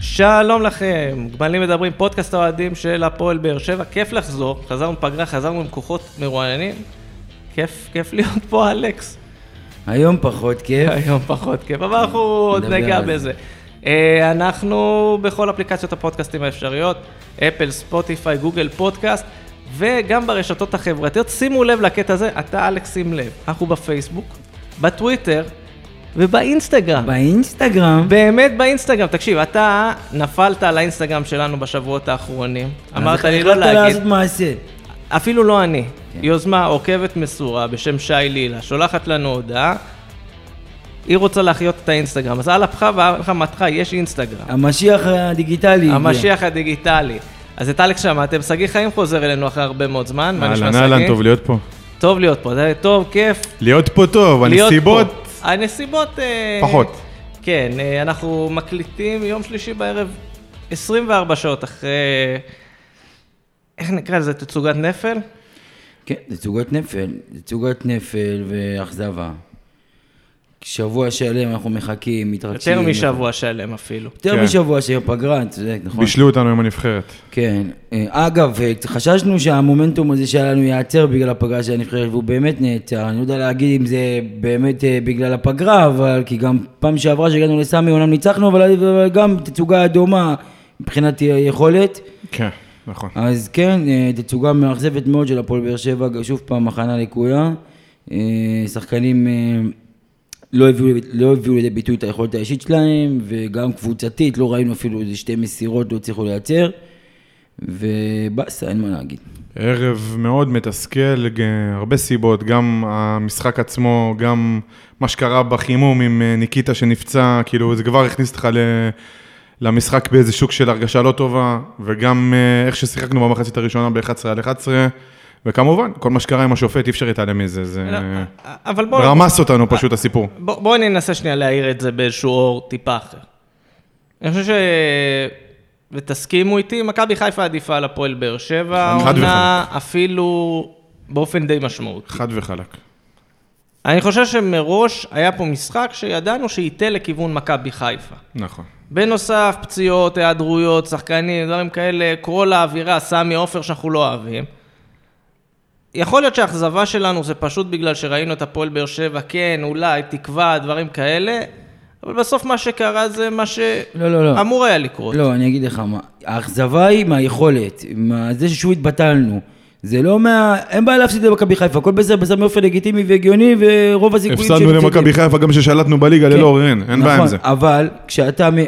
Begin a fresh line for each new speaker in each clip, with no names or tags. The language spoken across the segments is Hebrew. שלום לכם, גמלים מדברים, פודקאסט האוהדים של הפועל באר שבע, כיף לחזור, חזרנו מפגרה, חזרנו עם כוחות מרועננים, כיף, כיף להיות פה אלכס.
היום פחות כיף.
היום פחות כיף, אבל אנחנו עוד
נדבר
נגע
על זה.
בזה. אה, אנחנו בכל אפליקציות הפודקאסטים האפשריות, אפל, ספוטיפיי, גוגל פודקאסט, וגם ברשתות החברתיות. שימו לב לקטע הזה, אתה אלכס שים לב, אנחנו בפייסבוק, בטוויטר ובאינסטגרם.
באינסטגרם,
באמת באינסטגרם, תקשיב, אתה נפלת על האינסטגרם שלנו בשבועות האחרונים, אמרת לי לא
החלטת
להגיד,
לעשות מעשה.
אפילו לא אני.
כן.
יוזמה עוקבת מסורה בשם שי לילה, שולחת לנו הודעה, היא רוצה להחיות את האינסטגרם, אז על אפך ועל חמתך יש אינסטגרם,
המשיח הדיגיטלי. הגיע.
המשיח הדיגיטלי. אז את אלכס שמעתם, שגיא חיים חוזר אלינו אחרי הרבה מאוד זמן, מה נשמע
אהלן,
שגיא?
אהלן, טוב להיות פה.
טוב להיות פה, זה טוב, כיף,
להיות פה טוב,
להיות
הנסיבות...
פה. הנסיבות... אה,
פחות.
כן, אה, אנחנו מקליטים יום שלישי בערב, 24 שעות אחרי... איך נקרא לזה? תצוגת נפל?
כן, זה תצוגת נפל. זה תצוגת נפל ואכזבה. שבוע שלם אנחנו מחכים, מתרגשים.
יותר משבוע שלם אפילו.
יותר
כן.
משבוע של פגרה, אתה צודק, נכון?
בישלו אותנו עם הנבחרת.
כן. אה, אגב, אה, חששנו שהמומנטום הזה שהיה לנו ייעצר בגלל הפגרה של הנבחרת, והוא באמת נעצר. אני לא יודע להגיד אם זה באמת אה, בגלל הפגרה, אבל כי גם פעם שעברה שהגענו לסמי, אומנם ניצחנו, אבל אבל גם תצוגה דומה מבחינת אה, יכולת.
כן, נכון.
אז כן, אה, תצוגה מאכזבת מאוד של הפועל באר שבע, שוב פעם הכנה לקויה. אה, שחקנים אה, לא הביאו, לא הביאו לידי ביטוי את היכולת האישית שלהם, וגם קבוצתית, לא ראינו אפילו איזה שתי מסירות, לא הצליחו לייצר. ובאסה, אין מה להגיד.
ערב מאוד מתסכל, ג- הרבה סיבות, גם המשחק עצמו, גם מה שקרה בחימום עם אה, ניקיטה שנפצע, כאילו זה כבר הכניס אותך ל- למשחק באיזה שוק של הרגשה לא טובה, וגם אה, איך ששיחקנו במחצית הראשונה ב-11 על 11, וכמובן, כל מה שקרה עם השופט, אי אפשר להתעלם מזה, זה
לא,
אה,
אבל בואו...
רמס אותנו
אה.
פשוט הסיפור.
בואו בוא ננסה שנייה להעיר את זה באיזשהו אור טיפה אחר. אני חושב ש... ותסכימו איתי, מכבי חיפה עדיפה על הפועל באר שבע,
חד
העונה אפילו באופן די משמעותי.
חד וחלק.
אני חושב שמראש היה פה משחק שידענו שייטה לכיוון מכבי חיפה.
נכון.
בנוסף, פציעות, היעדרויות, שחקנים, דברים כאלה, כל האווירה, סמי עופר שאנחנו לא אוהבים. יכול להיות שהאכזבה שלנו זה פשוט בגלל שראינו את הפועל באר שבע, כן, אולי, תקווה, דברים כאלה, אבל בסוף מה שקרה זה מה שאמור
לא, לא, לא.
היה לקרות.
לא, אני אגיד לך מה. האכזבה היא מהיכולת, מזה ששוב התבטלנו. זה לא מה... אין בעיה להפסיד למכבי חיפה, הכל בסדר, בסדר, באופן לגיטימי והגיוני, ורוב הסיכויים
הפסדנו
שנפסיד.
למכבי חיפה גם ששלטנו בליגה
כן.
ללא אורן, אין בעיה עם זה.
נכון, אבל כשאתה, מ-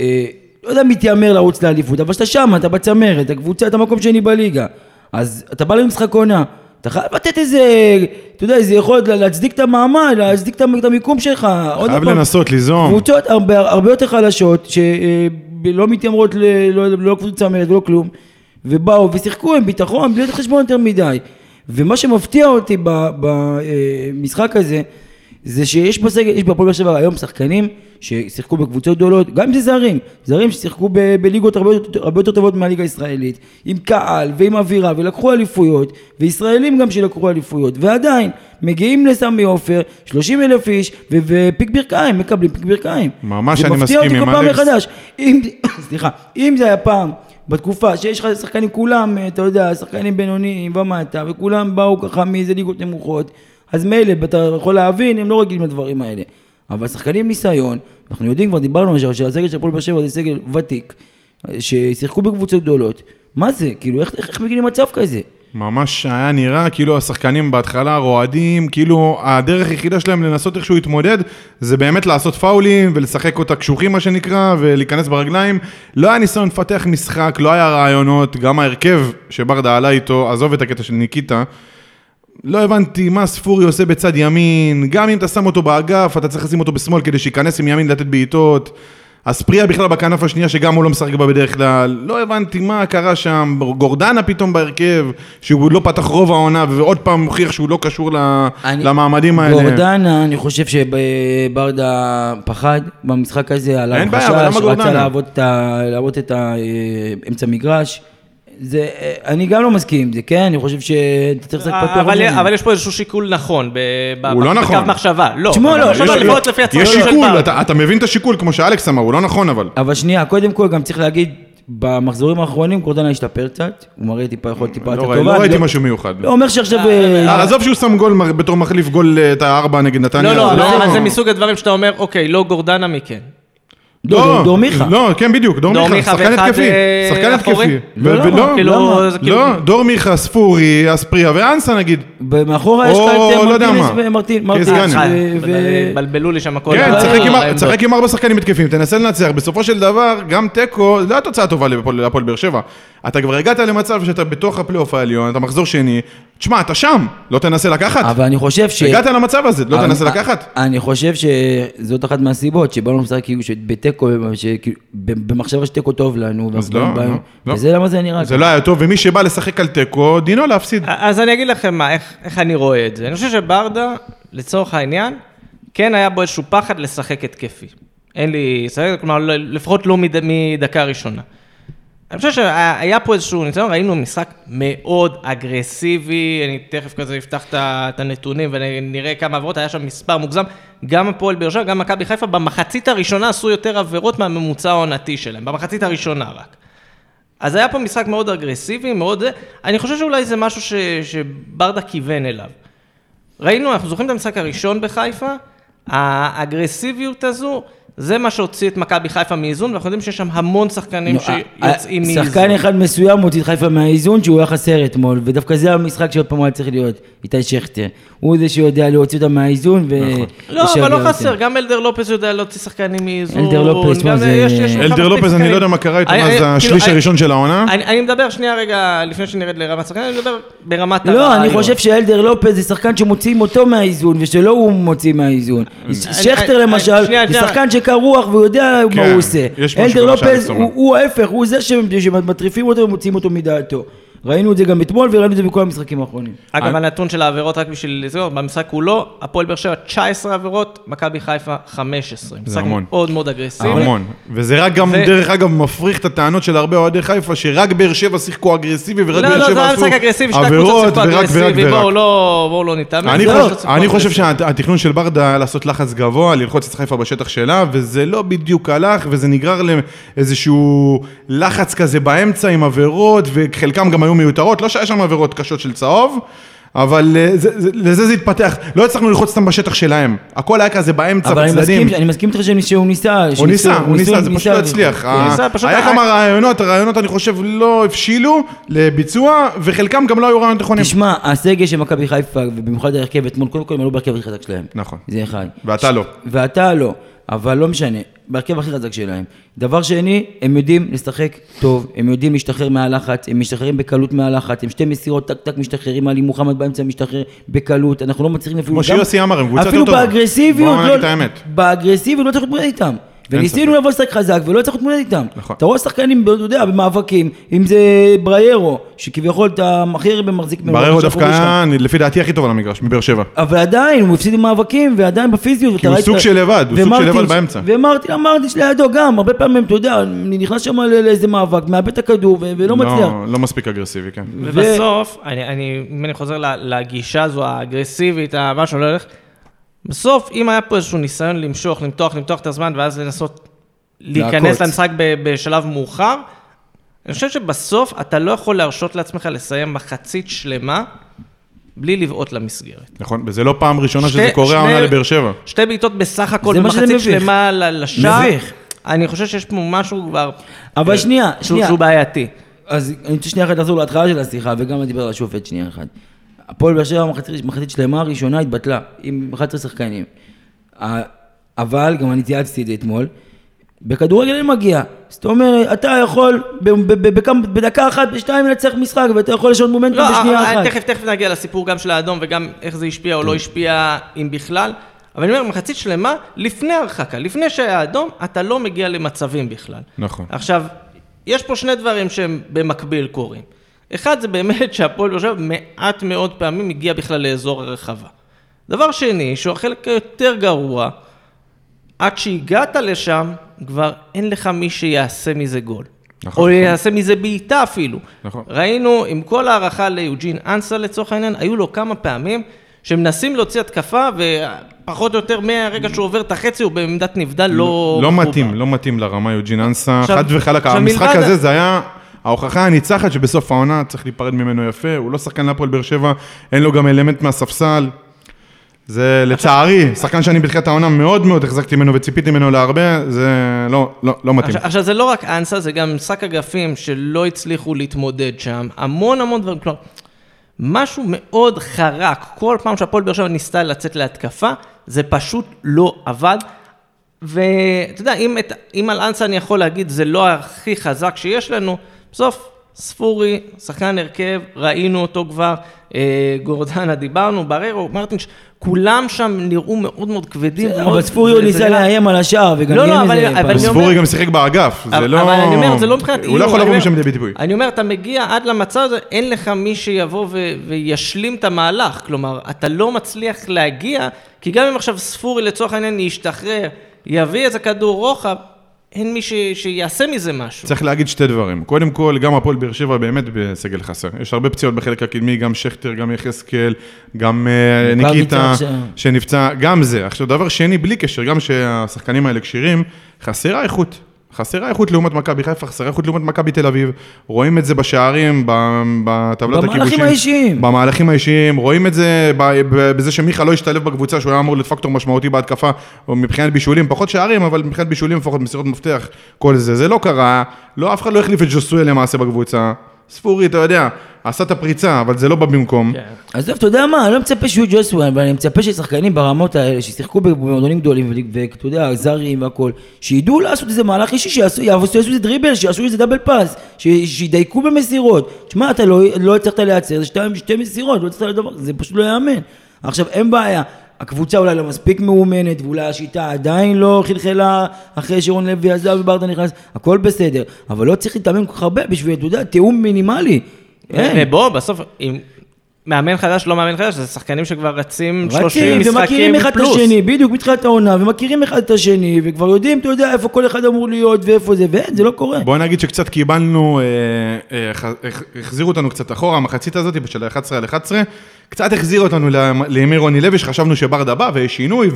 אה, לא יודע מתיימר לרוץ לאליפות, אבל כשאתה שם, אתה בצמרת, הקבוצה, אתה מקום שני בליגה. אז אתה בא למשחק עונה, אתה חייב לתת איזה, אתה יודע, איזה יכולת לה- להצדיק את המעמד, להצדיק את המ- את המיקום שלך. עוד
חייב
פעם,
לנסות, ליזום.
קבוצות הרבה, הרבה יותר חלשות, שלא מתיימרות, ל, לא, לא קבוצות צמרת ולא כלום, ובאו ושיחקו עם ביטחון, בלי לתת חשבון יותר מדי. ומה שמפתיע אותי במשחק הזה, זה שיש בסגל, יש בהפועל באר שבע היום שחקנים ששיחקו בקבוצות גדולות, גם אם זה זרים, זרים ששיחקו ב- בליגות הרבה, יותר- הרבה יותר טובות מהליגה הישראלית, עם קהל ועם אווירה, ולקחו אליפויות, וישראלים גם שלקחו אליפויות, ועדיין, מגיעים לסמי עופר, 30 אלף איש, ו- ופיק ברכיים, מקבלים פיק ברכיים.
ממש
זה
אני
מפתיע אותי
מסכים
כל
עם
פעם
אלכס.
מחדש. אם, סליחה, אם זה היה פעם, בתקופה שיש לך שחקנים כולם, אה, אתה יודע, שחקנים בינוניים ומטה, וכולם באו ככה מאיזה ליגות נמוכות, אז מילא, אתה יכול להבין, הם לא רגילים לדברים האלה. אבל שחקנים עם ניסיון, אנחנו יודעים כבר, דיברנו על זה, שהסגל של הפועל באר שבע זה סגל ותיק, אה, ששיחקו בקבוצות גדולות. מה זה? כאילו, איך, איך, איך מגיעים למצב כזה?
ממש היה נראה כאילו השחקנים בהתחלה רועדים, כאילו הדרך היחידה שלהם לנסות איכשהו להתמודד זה באמת לעשות פאולים ולשחק אותה קשוחים מה שנקרא ולהיכנס ברגליים. לא היה ניסיון לפתח משחק, לא היה רעיונות, גם ההרכב שברדה עלה איתו, עזוב את הקטע של ניקיטה, לא הבנתי מה ספורי עושה בצד ימין, גם אם אתה שם אותו באגף, אתה צריך לשים אותו בשמאל כדי שייכנס עם ימין לתת בעיטות. אז פריה בכלל בכנף השנייה, שגם הוא לא משחק בה בדרך כלל. לא הבנתי מה קרה שם, גורדנה פתאום בהרכב, שהוא לא פתח רוב העונה, ועוד פעם הוכיח שהוא לא קשור ל-
אני-
למעמדים האלה.
גורדנה, אני חושב שברדה פחד במשחק הזה, עליו
אין בעיה, אבל למה
חשש, רצה
גורדנה?
לעבוד את ה- לעבוד את האמצע אה, מגרש. זה, אה, אני גם לא מסכים עם זה, כן? אני חושב שאתה צריך לשחק פתוח.
אה, אבל,
ממני.
אבל יש פה איזשהו שיקול נכון, ב, ב,
הוא לא
בקו
נכון.
מחשבה. לא,
תשמעו,
בקו
לא,
מחשבה
יש-
לפחות לפי הצרכים
יש
של
שיקול,
בר.
אתה אתה מבין את השיקול, כמו שאלכס אמר, הוא לא נכון אבל.
אבל שנייה, קודם כל גם צריך להגיד, במחזורים האחרונים קורדנה השתפר קצת, הוא מראה טיפה יכולת טיפה יותר
לא
טובה.
ראי- לא
אני
ראיתי משהו מיוחד.
לא אומר שעכשיו... אה,
אה, עזוב שהוא שם גול מר- בתור מחליף גול אה, את הארבע נגד נתניה.
לא, לא,
זה נכון.
אבל אבל זה מסוג הדברים שאתה אומר, אוקיי, לא גורדנה מכן.
לא, דור- דור מיכה.
לא, כן, בדיוק, דור
דור
מיכה,
מיכה
שחקן
ואחד,
התקפי,
אה,
שחקן
אחורי?
התקפי.
לא,
ו-
לא,
ולא,
כאילו,
למה?
זה כאילו-
לא, דור מיכה, ספורי, אספריה ואנסה נגיד.
ומאחורה יש לך
או,
את אה,
לא יודע
מרטינס
מה.
ומרטין,
קייס
מרטינס
גאנם.
אה,
ו- ו-
בלבלו לי שם הכל.
כן,
אבל- לא-
תשחק עם-
העמדות.
תשחק עם ארבע שחקנים התקפיים, תנסה לנצח. בסופו של דבר, גם תיקו, לא התוצאה טובה להפועל להפועל באר שבע. אתה כבר הגעת למצב שאתה בתוך הפלייאוף העליון, אתה מחזור שני, תשמע, אתה שם, לא תנסה לקחת.
אבל אני חושב ש...
הגעת למצב הזה, לא
אבל-
תנסה
אה,
לקחת.
אני חושב שזאת אחת מהסיבות שבאנו לשחק כאילו שבתיקו, שכאילו, ב- כאילו, במחשבה שתיקו טוב לנו.
אז
ואנחנו
לא,
באים-
לא, לא.
וזה למה זה נראה.
זה
ככה.
לא היה טוב, ומי שבא לשחק על תיקו, דינו להפסיד.
אז אני אגיד לכם מה, איך, איך אני רואה את זה. אני חושב שברדה, לצורך העניין, כן היה בו איזשהו פחד לשחק התקפי. אין לי... ספק, כלומר, לא- לפחות לא מד, מדקה ראשונה. אני חושב שהיה פה איזשהו ניסיון, ראינו משחק מאוד אגרסיבי, אני תכף כזה אפתח את ה- את הנתונים ונראה כמה עבירות, היה שם מספר מוגזם, גם הפועל באר שבע, גם מכבי חיפה, במחצית הראשונה עשו יותר עבירות מהממוצע העונתי שלהם, במחצית הראשונה רק. אז היה פה משחק מאוד אגרסיבי, מאוד זה. אני חושב שאולי זה משהו ש... שברדה כיוון אליו. ראינו, אנחנו זוכרים את המשחק הראשון בחיפה, האגרסיביות הזו, זה מה שהוציא את מכבי חיפה מאיזון, ואנחנו יודעים שיש שם המון שחקנים
נו, אה,
שיוצאים
אה,
מאיזון.
שחקן אחד מסוים הוציא את חיפה מהאיזון שהוא היה חסר אתמול, ודווקא זה המשחק שעוד פעם היה צריך להיות, איתי שכטר. הוא זה שיודע להוציא אותם מהאיזון ו...
נכון.
לא,
ושהוא
אבל
יוצא.
לא חסר, גם אלדר לופס יודע להוציא שחקנים מאיזון.
אלדר לופס, מה
גם
זה-
יש- יש לו
אלדר
כמה
לופז, אני
שחקנים.
לא יודע מה קרה איתו
אני-
מאז
אני-
השליש
כאילו,
הראשון של העונה.
אני- אני מדבר שנייה רגע, לפני שנרד לרמת שחקנים, אני מדבר ברמת
לא, אני
הרעיון.
חושב שאלדר לופז זה שחקן שמוציאים אותו מהאיזון, ושלא הוא מוציא מהאיזון. ש-
Mm. אני-
שכטר
אני-
למשל,
שנייה,
זה
שנייה.
שאלה. שחקן שקר רוח והוא יודע מה הוא עושה.
כן, יש משהו
אלדר
במה שאלכס
לופז
אומר.
הוא הוא ההפך, הוא זה ש- שמטריפים אותו ומוציאים אותו מדעתו. ראינו את זה גם אתמול וראינו את זה בכל המשחקים האחרונים.
אגב, הנתון של העבירות, רק בשביל לסגור, במשחק כולו, הפועל באר שבע 19 עבירות, מכבי חיפה 15. משחק
המון.
מאוד מאוד אגרסיבי.
המון. וזה רק גם,
ו-
דרך אגב, מפריך את הטענות של הרבה אוהדי חיפה, שרק באר שבע שיחקו אגרסיבי, ורק
לא,
באר
לא, זה
שבע
היה
עשו
משחק אגרסיבי, שתי קבוצות
עבירות,
שיחקו
ורק ורק
אגרסיבי, בואו
ורק.
לא בואו לא ניתמם.
אני
זה
חוש-
קבוצות שיחקו
אני חושב
אגרסיבי.
שהתכנון של ברדה לעשות לחץ גבוה, ללחוץ את חיפה בשטח שלה, וזה לא בדיוק הלך, וזה נגרר לאיזשהו לחץ כזה באמצע עם עבירות, וחלקם גם היו מיותרות, לא שהיה שם עבירות קשות של צהוב. אבל אה, זה, זה, לזה זה התפתח, לא הצלחנו ללחוץ אותם בשטח שלהם, הכל היה כזה באמצע,
אבל אני
בצדדים.
מסכים- אני מסכים איתך שהם- שהוא ניסה.
הוא
שניסו-
ניסה, הוא
ניסו-
ניסה, זה פשוט לא
ניסה-
הצליח. ה-
ניסה, פשוט
היה
היה-
כמה רעיונות, הרעיונות אני חושב לא הבשילו לביצוע, וחלקם גם לא היו רעיונות נכונים.
תשמע, הסגל של מכבי חיפה, ובמיוחד ההרכב אתמול, קודם כל הם עלו בהרכב הכי חזק שלהם.
נכון.
זה אחד.
ואתה לא.
ואתה לא, אבל לא משנה, בהרכב הכי חזק שלהם. דבר שני, הם יודעים לשחק טוב, הם יודעים להשתחרר מהלחץ, הם משתחררים בקלות מהלחץ, הם שתי מסירות טק טק משתחררים, עלי מוחמד באמצע משתחרר בקלות, אנחנו לא מצליחים אפילו...
כמו שיוסי אמר, הם קבוצה יותר
אפילו
טובה.
באגרסיביות,
בואו
לא...
נגיד את האמת.
באגרסיביות לא צריך להתמודד איתם. וניסינו לבוא לשחק חזק ולא הצלחנו להתמודד איתם.
נכון.
אתה רואה שחקנים, אתה יודע, במאבקים, אם זה בריירו, שכביכול אתה הכי הרבה מחזיק ממנו,
בררו
עכשיו
דווקא
קורה שם.
היה, אני- לפי דעתי, הכי טוב על המגרש, מבאר שבע.
אבל עדיין, הוא הפסיד במאבקים, ועדיין בפיזיות. כי
הוא סוג של לבד, הוא סוג של לבד באמצע.
ומרטין, אמרתי שלידו גם, הרבה פעמים, אתה יודע, אני נכנס שם לא- לאיזה מאבק, מאבד את הכדור ו- ולא מצליח.
לא מספיק אגרסיבי, כן.
ובסוף, אני, אני, אם אני חוזר ל- לגישה הזו האגרסיבית, ה- מה שלא הולך, בסוף, אם היה פה איזשהו ניסיון למשוך, למתוח, למתוח את הזמן, ואז לנסות להיכנס
לעקוץ.
למשחק ב, בשלב מאוחר, אני חושב שבסוף אתה לא יכול להרשות לעצמך לסיים מחצית שלמה בלי לבעוט למסגרת.
נכון, וזה לא פעם ראשונה
שתי-
שזה קורה
שני-
העונה לבאר שבע.
שתי בעיטות בסך הכל,
זה מה שזה
מחצית
מביך.
שלמה ל- לשער.
מביך.
אני חושב שיש פה משהו כבר...
אבל שנייה,
כן. שהוא-
שנייה.
שהוא בעייתי.
אז אני רוצה שנייה אחת לחזור להתחלה של השיחה, וגם לדבר על השופט שנייה אחת. הפועל באר שבע מחצית- מחצית שלמה הראשונה התבטלה, עם 11 שחקנים. ה- אבל, גם אני צייצתי את זה אתמול, בכדורגל אין מגיע. זאת אומרת, אתה יכול ב- ב- ב- בכמה- בדקה אחת, בשתיים לנצח משחק, ואתה יכול לשנות מומנטום
לא,
בשנייה
אבל
אחת. כן.
תכף, תכף נגיע לסיפור גם של האדום וגם איך זה השפיע או לא השפיע, אם בכלל. אבל אני אומר, מחצית שלמה, לפני הרחקה, לפני שהיה אדום, אתה לא מגיע למצבים בכלל.
נכון.
עכשיו, יש פה שני דברים שהם במקביל קורים. אחד, זה באמת שהפועל באר שבע מעט מאוד פעמים הגיע בכלל לאזור הרחבה. דבר שני, שהוא החלק היותר גרוע, עד שהגעת לשם, כבר אין לך מי שיעשה מזה גול.
נכון,
או
נכון.
יעשה מזה בעיטה אפילו.
נכון.
ראינו, עם כל הערכה ליוג'ין אנסה לצורך העניין, היו לו כמה פעמים שמנסים להוציא התקפה, ופחות או יותר מהרגע שהוא עובר את החצי, הוא בעמדת נבדל לא...
לא
מחובר.
מתאים, לא מתאים לרמה יוג'ין אנסה,
עכשיו-
חד וחלק,
עכשיו,
המשחק
מלבד-
הזה זה היה ההוכחה הניצחת שבסוף העונה צריך להיפרד ממנו יפה, הוא לא שחקן להפועל באר שבע, אין לו גם אלמנט מהספסל. זה לצערי, שחקן שאני בתחילת העונה מאוד מאוד החזקתי ממנו וציפיתי ממנו להרבה, זה לא, לא, לא מתאים.
עכשיו, עכשיו, זה לא רק אנסה, זה גם שק אגפים שלא הצליחו להתמודד שם, המון המון דברים, כלומר, משהו מאוד חרק, כל פעם שהפועל באר שבע ניסתה לצאת להתקפה, זה פשוט לא עבד. ואתה יודע, אם, את, אם על אנסה אני יכול להגיד, זה לא הכי חזק שיש לנו, בסוף, ספורי, שחקן הרכב, ראינו אותו כבר, אה, גורדנה, דיברנו, בררו, מרטינש, כולם שם נראו מאוד מאוד כבדים.
אבל
מאוד-
ספורי
זה-
עוד
זה
ניסה
נראה-
לאיים על השער, וגם
לא,
נהיה
לא, אבל-
מזה
אבל
פעם.
אני
סבורי
אומר-
גם שיחק באגף,
אבל-
זה לא...
אבל אני אומר, זה לא מבחינת
הוא לא יכול
אני
לבוא
אומר-
משם לידי ביטוי.
אני אומר, אתה מגיע עד למצב הזה, אין לך מי שיבוא ו- וישלים את המהלך. כלומר, אתה לא מצליח להגיע, כי גם אם עכשיו ספורי לצורך העניין ישתחרר, יביא איזה כדור רוחב, אין מי ש- שיעשה מזה משהו.
צריך להגיד שתי דברים. קודם כל, גם הפועל באר שבע באמת בסגל חסר. יש הרבה פציעות בחלק הקדמי, גם שכטר, גם יחזקאל, גם אה,
גם
ניקיטה,
ניצן ש-
שנפצע, גם זה. עכשיו, דבר שני, בלי קשר, גם שהשחקנים האלה כשירים, חסרה איכות. חסרה איכות לעומת מכבי חיפה, חסרה איכות לעומת מכבי תל אביב. רואים את זה בשערים, ב- בטבלת הכיבושים.
במהלכים האישיים.
במהלכים האישיים, רואים את זה ב- ב- בזה שמיכה לא השתלב בקבוצה, שהוא היה אמור להיות פקטור משמעותי בהתקפה, או מבחינת בישולים, פחות שערים, אבל מבחינת בישולים לפחות מסירות מפתח, כל זה. זה לא קרה, לא, אף אחד לא החליף את ג'וסויה למעשה בקבוצה. ספורי, אתה יודע, עשה את הפריצה, אבל זה לא בא במקום.
כן.
עזוב, אתה יודע מה, אני לא מצפה שיהיו ג'וסואן, אבל אני מצפה ששחקנים ברמות האלה, ששיחקו במועדונים גדולים, ו- ואתה יודע, זרים והכול, שידעו לעשות איזה מהלך אישי, שיעשו יעשו איזה דריבל, שיעשו איזה דאבל פאס, ש- שידייקו במסירות. תשמע, אתה לא, לא הצלחת לייצר, זה שתי, שתי מסירות, לא הצלחת לדבר, זה פשוט לא ייאמן. עכשיו, אין בעיה, הקבוצה אולי לא מספיק מאומנת, ואולי השיטה עדיין לא חלחלה אחרי שרון לוי עזב וברדה נכנס, הכל בסדר, אבל לא צריך להתאמן כל כך הרבה בשביל, אתה יודע, תיאום מינימלי. אין.
ובוא, אה, בסוף, אם מאמן חדש, לא מאמן חדש, זה שחקנים שכבר רצים 30
רצים
משחקים פלוס.
ומכירים אחד את השני, בדיוק מתחילת העונה, ומכירים אחד את השני, וכבר יודעים, אתה יודע, איפה כל אחד אמור להיות ואיפה זה, ואין, זה לא קורה.
בוא נגיד שקצת קיבלנו, אה, אה, ח- הח- החזירו אותנו קצת אחורה, המחצית הזאת של ה-11 על 11, קצת החזיר אותנו ל- לימי רוני לוי, שחשבנו שברדה בא ויש שינוי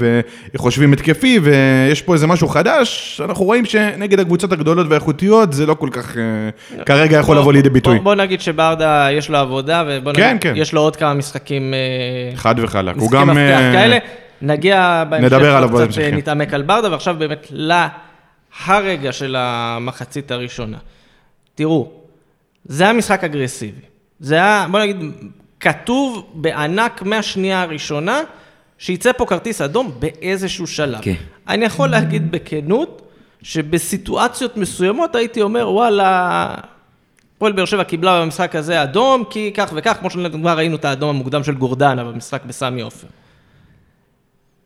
וחושבים התקפי ויש פה איזה משהו חדש, אנחנו רואים שנגד הקבוצות הגדולות והאיכותיות זה לא כל כך אה, כרגע יכול לבוא לידי ביטוי.
בוא, בוא נגיד שברדה יש לו עבודה, ובוא
כן,
נגיד,
כן.
יש לו עוד כמה משחקים... אה,
חד וחלק, הוא
משחקים
גם...
מפתח
אה,
כאלה. נגיע בהמשך,
נדבר עליו
עוד קצת אה,
בהמשך, כן.
נתעמק על ברדה, ועכשיו באמת להרגע של המחצית הראשונה. תראו, זה היה משחק אגרסיבי. זה היה, בוא נגיד, כתוב בענק מהשנייה הראשונה, שיצא פה כרטיס אדום באיזשהו שלב.
כן.
אני יכול להגיד בכנות, שבסיטואציות מסוימות הייתי אומר, וואלה, הפועל באר שבע קיבלה במשחק הזה אדום, כי כך וכך, כמו שכבר ראינו את האדום המוקדם של גורדנה במשחק בסמי עופר.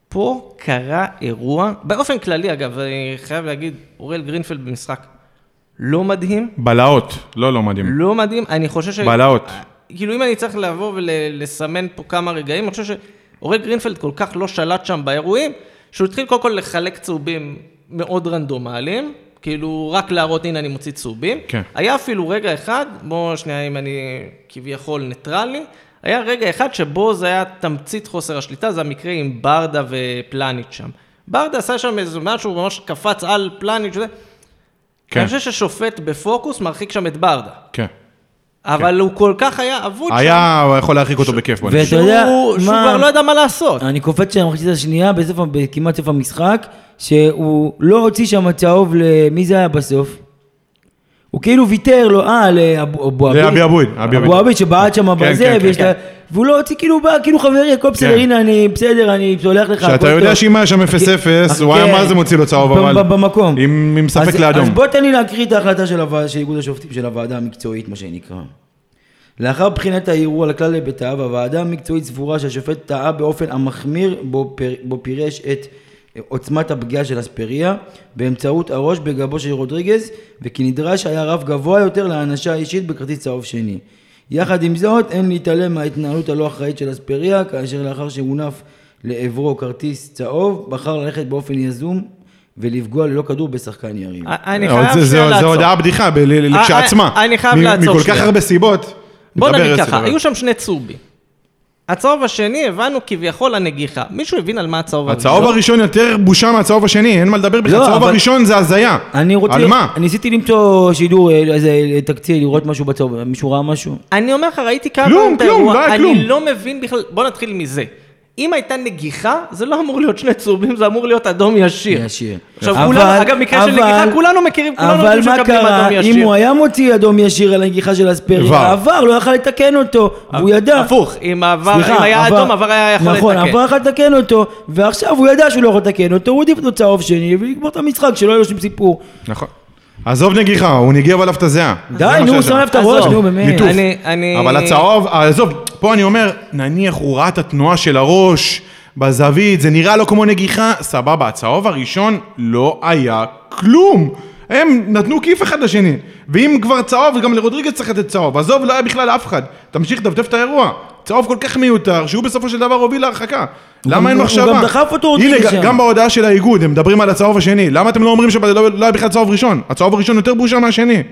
פה קרה אירוע, באופן כללי אגב, אני חייב להגיד, אוריאל גרינפלד במשחק לא מדהים,
בלהות, לא, לא מדהים.
לא מדהים, אני חושב ש...
בלהות.
כאילו אם אני צריך לבוא ולסמן פה כמה רגעים, אני חושב שאוריאל גרינפלד כל כך לא שלט שם באירועים, שהוא התחיל קודם כל לחלק צהובים מאוד רנדומליים, כאילו רק להראות הנה אני מוציא צהובים.
כן.
היה אפילו רגע אחד, בוא שנייה אם אני כביכול ניטרלי, היה רגע אחד שבו זה היה תמצית חוסר השליטה, זה המקרה עם ברדה ופלניץ' שם. ברדה עשה שם איזה משהו, הוא ממש קפץ על פלניץ' וזה.
כן.
כן. אני חושב ששופט בפוקוס מרחיק שם את ברדה.
כן.
אבל הוא כל כך היה אבוד שם.
היה, הוא יכול להרחיק אותו בכיף. בוא נגיד.
ואתה יודע,
שהוא, שהוא
מה-
כבר לא ידע מה לעשות.
אני קופץ של המחצית השנייה, בסוף, ה- כמעט סוף המשחק, שהוא לא הוציא שם צהוב למי זה היה בסוף? הוא כאילו ויתר לו, אה, לאבו עביד.
לאבי עבוד, אבי עבוד.
אבו עביד שבעט שם
כן,
בזה,
כן, כן,
ויש לה... והוא לא הוציא, כאילו, הוא בא, כאילו חברי, הכל בסדר,
כן.
הנה, אני בסדר, אני סולח לך.
שאתה
הכל
יודע
טוב."
שאם היה שם 0-0,
אוקיי.
אך-
הוא היה
כן.
מה זה מוציא לו צהוב,
ב-
אבל...
ב- במקום.
עם עם
אז-
ספק
אז
לאדום.
בוא תן לי להקריא את ההחלטה של הוועד- של איגוד השופטים, של הוועדה המקצועית, מה שנקרא. לאחר בחינת הערעור על כלל היבטיו, הוועדה המקצועית סבורה שהשופט טעה באופן המחמיר בו, פר, בו פירש את אה, עוצמת הפגיעה של אספריה באמצעות הראש בגבו של רודריגז, וכי נדרש היה רף גבוה יותר להענשה אישית בכרטיס צהוב שני. יחד עם זאת, אין להתעלם מההתנהלות הלא אחראית של אספריה, כאשר לאחר שהונף לעברו כרטיס צהוב, בחר ללכת באופן יזום ולפגוע ללא כדור בשחקן יריב.
אני
לא,
חייב
זה-
שנייה
זה-
לעצור.
זה הודעה בדיחה ב- ל-
אה,
כשלעצמה.
אה, אני חייב
מ-
לעצור
מכל כך
שנייה.
הרבה סיבות.
בוא
נדבר
נגיד
עשר
ככה,
דקות.
היו שם שני צהובים. הצהוב השני, הבנו כביכול הנגיחה. מישהו הבין על מה הצהוב הראשון?
הצהוב הראשון יותר בושה מהצהוב השני, אין מה לדבר בכלל.
לא,
הצהוב
אבל-
הראשון זה הזיה.
אני רוצה...
על מה?
אני ניסיתי למצוא שידור, אה, איזה אה, תקציר, לראות משהו בצהוב, מישהו ראה משהו?
אני אומר לך, ראיתי כמה
כלום,
פעמים את
כלום,
האירוע,
לא היה
אני
כלום.
לא מבין בכלל, בוא נתחיל מזה. אם הייתה נגיחה, זה לא אמור להיות שני צהובים, זה אמור להיות אדום ישיר.
ישיר.
עכשיו,
אבל-
כולנו, אגב, מקרה של
אבל-
נגיחה, כולנו מכירים, כולנו יודעים
אבל מה
שמקבלים
קרה,
אדום
אם
ישיר.
הוא היה מוציא אדום ישיר על הנגיחה של אספרי,
עבר.
העבר לא יכל לתקן אותו, הוא ידע.
הפוך, אם העבר,
סליחה,
אם היה אדום, עבר היה יכול לתקן.
נכון, עבר יכל לתקן אותו, ועכשיו הוא ידע שהוא לא יכול לתקן אותו, הוא העדיף לו צהוב שני, ולגמור את המשחק, שלא יהיה לו שום סיפור.
נכון. עזוב נגיחה, הוא ניגב עליו את הזיעה. זה
די,
מה
נו, הוא
שיש לנו.
שם את הראש,
עזוב.
נו, באמת.
ליטוף.
אני- אני-
אבל הצהוב, עזוב, פה אני אומר, נניח הוא ראה את התנועה של הראש בזווית, זה נראה לו כמו נגיחה, סבבה, הצהוב הראשון לא היה כלום. הם נתנו כיף אחד לשני. ואם כבר צהוב, גם לרודריגז צריך לתת צהוב. עזוב, לא היה בכלל אף אחד. תמשיך לדפדף את האירוע. צהוב כל כך מיותר, שהוא בסופו של דבר הוביל להרחקה. למה אין
הוא
מחשבה?
גם דחף אותו,
הנה,
רודריגז,
ג-
שם.
גם בהודעה של האיגוד, הם מדברים על הצהוב השני. למה אתם לא אומרים שלא לא היה בכלל צהוב ראשון? הצהוב הראשון יותר בושה מהשני.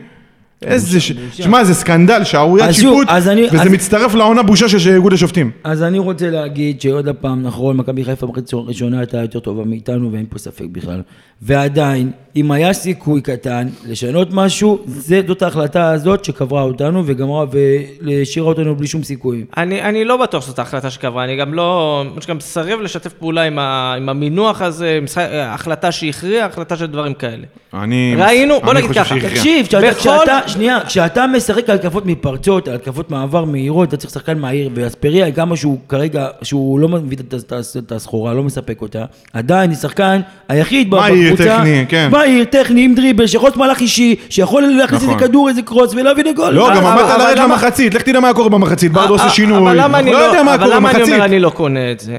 איזה ש... שמע, זה סקנדל, שערוריית
אז שוב,
שיפוט,
אז אני-
וזה
אז-
מצטרף לעונה בושה של איגוד השופטים.
אז אני רוצה להגיד שעוד הפעם, נכון, מכבי חיפה בחצי הראשונה הייתה יותר טובה מאיתנו, ואין פה ספק בכלל. ועדיין, אם היה סיכוי קטן לשנות משהו, זה, זאת ההחלטה הזאת שקברה אותנו וגמרה והשאירה אותנו בלי שום סיכויים.
אני, אני לא בטוח שזאת ההחלטה שקבעה, אני גם לא... אני גם מסרב לשתף פעולה עם, ה, עם המינוח הזה, משחק, החלטה שהכריעה, החלטה של דברים כאלה.
אני...
ראינו, בוא
אני
נגיד
חושב
ככה,
שהכריע.
תקשיב, כשאתה,
בכל-
כשאתה, שנייה, כשאתה משחק על התקפות מתפרצות, על התקפות מעבר מהירות, אתה צריך שחקן מהיר, ואספריה, כמה שהוא כרגע, שהוא לא מביא את- את- את- את הסחורה, לא מספק אותה, עדיין הוא שחקן היחיד ב-
מהיר,
בקבוצה,
טכני, כן.
מהיר, טכני, עם דריבל, שיכול לעשות מהלך אישי, שיכול להכניס
נכון.
איזה כדור, איזה קרוס, ולהביא לגול.
לא,
אבל-
גם עמדת
אבל
לרדת
למה-
למחצית, לך תדע מה קורה במחצית, ברדו
א-
עושה
א-
שינוי.
אבל למה אני
לא יודע מה
אבל
קורה
למה אני
במחצית.
אומר אני לא קונה את זה?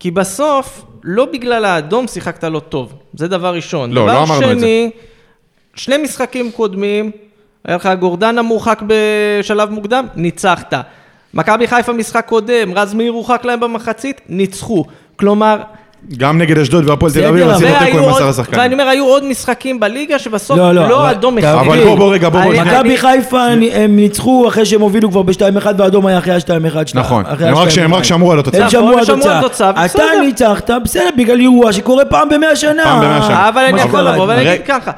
כי בסוף, לא בגלל האדום שיחקת לא טוב. זה דבר ראשון.
לא, לא
דבר
אמרנו את זה.
שני, שני משחקים קודמים, היה לך גורדנה מורחק בשלב מוקדם, ניצחת. מכבי חיפה משחק קודם, רז מאיר הורחק להם במחצית, ניצחו. כלומר,
גם נגד אשדוד והפועל תל אביב,
בסדר,
עשינו
והיו
תיקו עם
עוד-
עשרה
ואני
שחקנים.
אומר, היו עוד משחקים בליגה שבסוף
לא,
לא,
לא, אבל-
האדום
אבל
החליט.
בוא, בוא, רגע, בוא, בוא,
אני-
שנייה.
אני-
מכבי חיפה, אני- הם ניצחו אחרי שהם הובילו כבר ב-2-1, והאדום היה אחרי ה-2-1. שלה-
נכון.
אחרי
הם רק
ה-
ש- הם רק
2-1.
שמרו על התוצאה.
הם שמרו
נכון,
על
הם שמרו על
התוצאה.
התוצאה,
אתה
בסדר.
ניצחת, בסדר, בגלל אירוע שקורה פעם במאה שנה.
פעם במאה שנה.
אבל אני
מה
יכול
קרה?
לבוא
הרי-
ולהגיד ככה.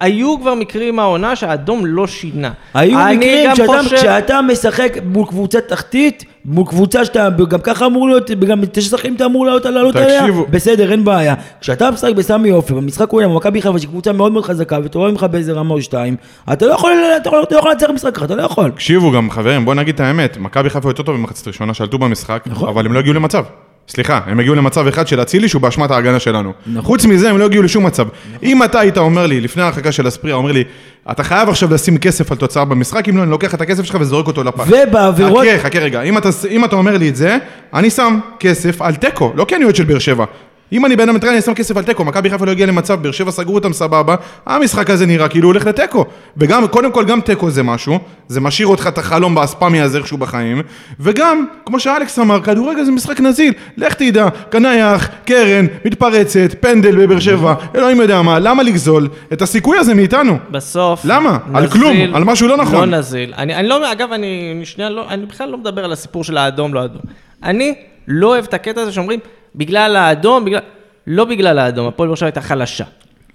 היו כבר מקרים העונה שהאדום לא שינה.
היו
אני
מקרים
גם
שאתה,
חושב-
כשאתה משחק מול קבוצה תחתית, מול קבוצה שאתה גם ככה אמור להיות, גם תשע שחקנים אתה אמור לעלות לעלות עליה,
תקשיבו.
בסדר, אין בעיה. כשאתה משחק בסמי עופר, במשחק קודם, במכבי חיפה, שהיא קבוצה מאוד מאוד חזקה, ותורם לך באיזה רמה או שתיים, אתה לא יכול, אתה לא אתה לא יכול לנצח משחק ככה, אתה לא יכול.
תקשיבו גם, חברים, בואו נגיד את האמת, מכבי חיפה יותר טוב במחצית ראשונה, שלטו במשחק,
נכון.
אבל הם לא הגיעו למצב. סליחה, הם הגיעו למצב אחד של אצילי שהוא באשמת ההגנה שלנו.
נכון.
חוץ מזה, הם לא הגיעו לשום מצב. אם אתה היית אומר לי, לפני ההרחקה של אספריה, אומר לי, אתה חייב עכשיו לשים כסף על תוצאה במשחק, אם לא, אני לוקח את הכסף שלך וזורק אותו לפח.
ובעבירות...
חכה, חכה רגע, אם אתה, אם אתה אומר לי את זה, אני שם כסף על תיקו, לא כי אני אוהד של באר שבע. אם אני בן אדם נטרל, אני שם כסף על תיקו, מכבי חיפה לא הגיעה למצב, באר שבע סגרו אותם סבבה, המשחק הזה נראה כאילו הוא הולך לתיקו. וגם, קודם כל, גם תיקו זה משהו, זה משאיר אותך את החלום באספמי הזה איכשהו בחיים, וגם, כמו שאלכס אמר, כדורגל זה משחק נזיל, לך תדע, קנייח, קרן, מתפרצת, פנדל בבאר שבע, אלוהים יודע מה, למה לגזול את הסיכוי הזה מאיתנו?
בסוף...
למה? על כלום, על משהו לא נכון.
לא נזיל. אני, אני לא, אגב, אני, אני שנייה לא, אני בכלל לא מדבר על הסיפור של האדום, לא אדום. אני לא אוהב את הקטע הזה שאומרים, בגלל האדום, בגלל... לא בגלל האדום, הפועל באר שבע הייתה חלשה.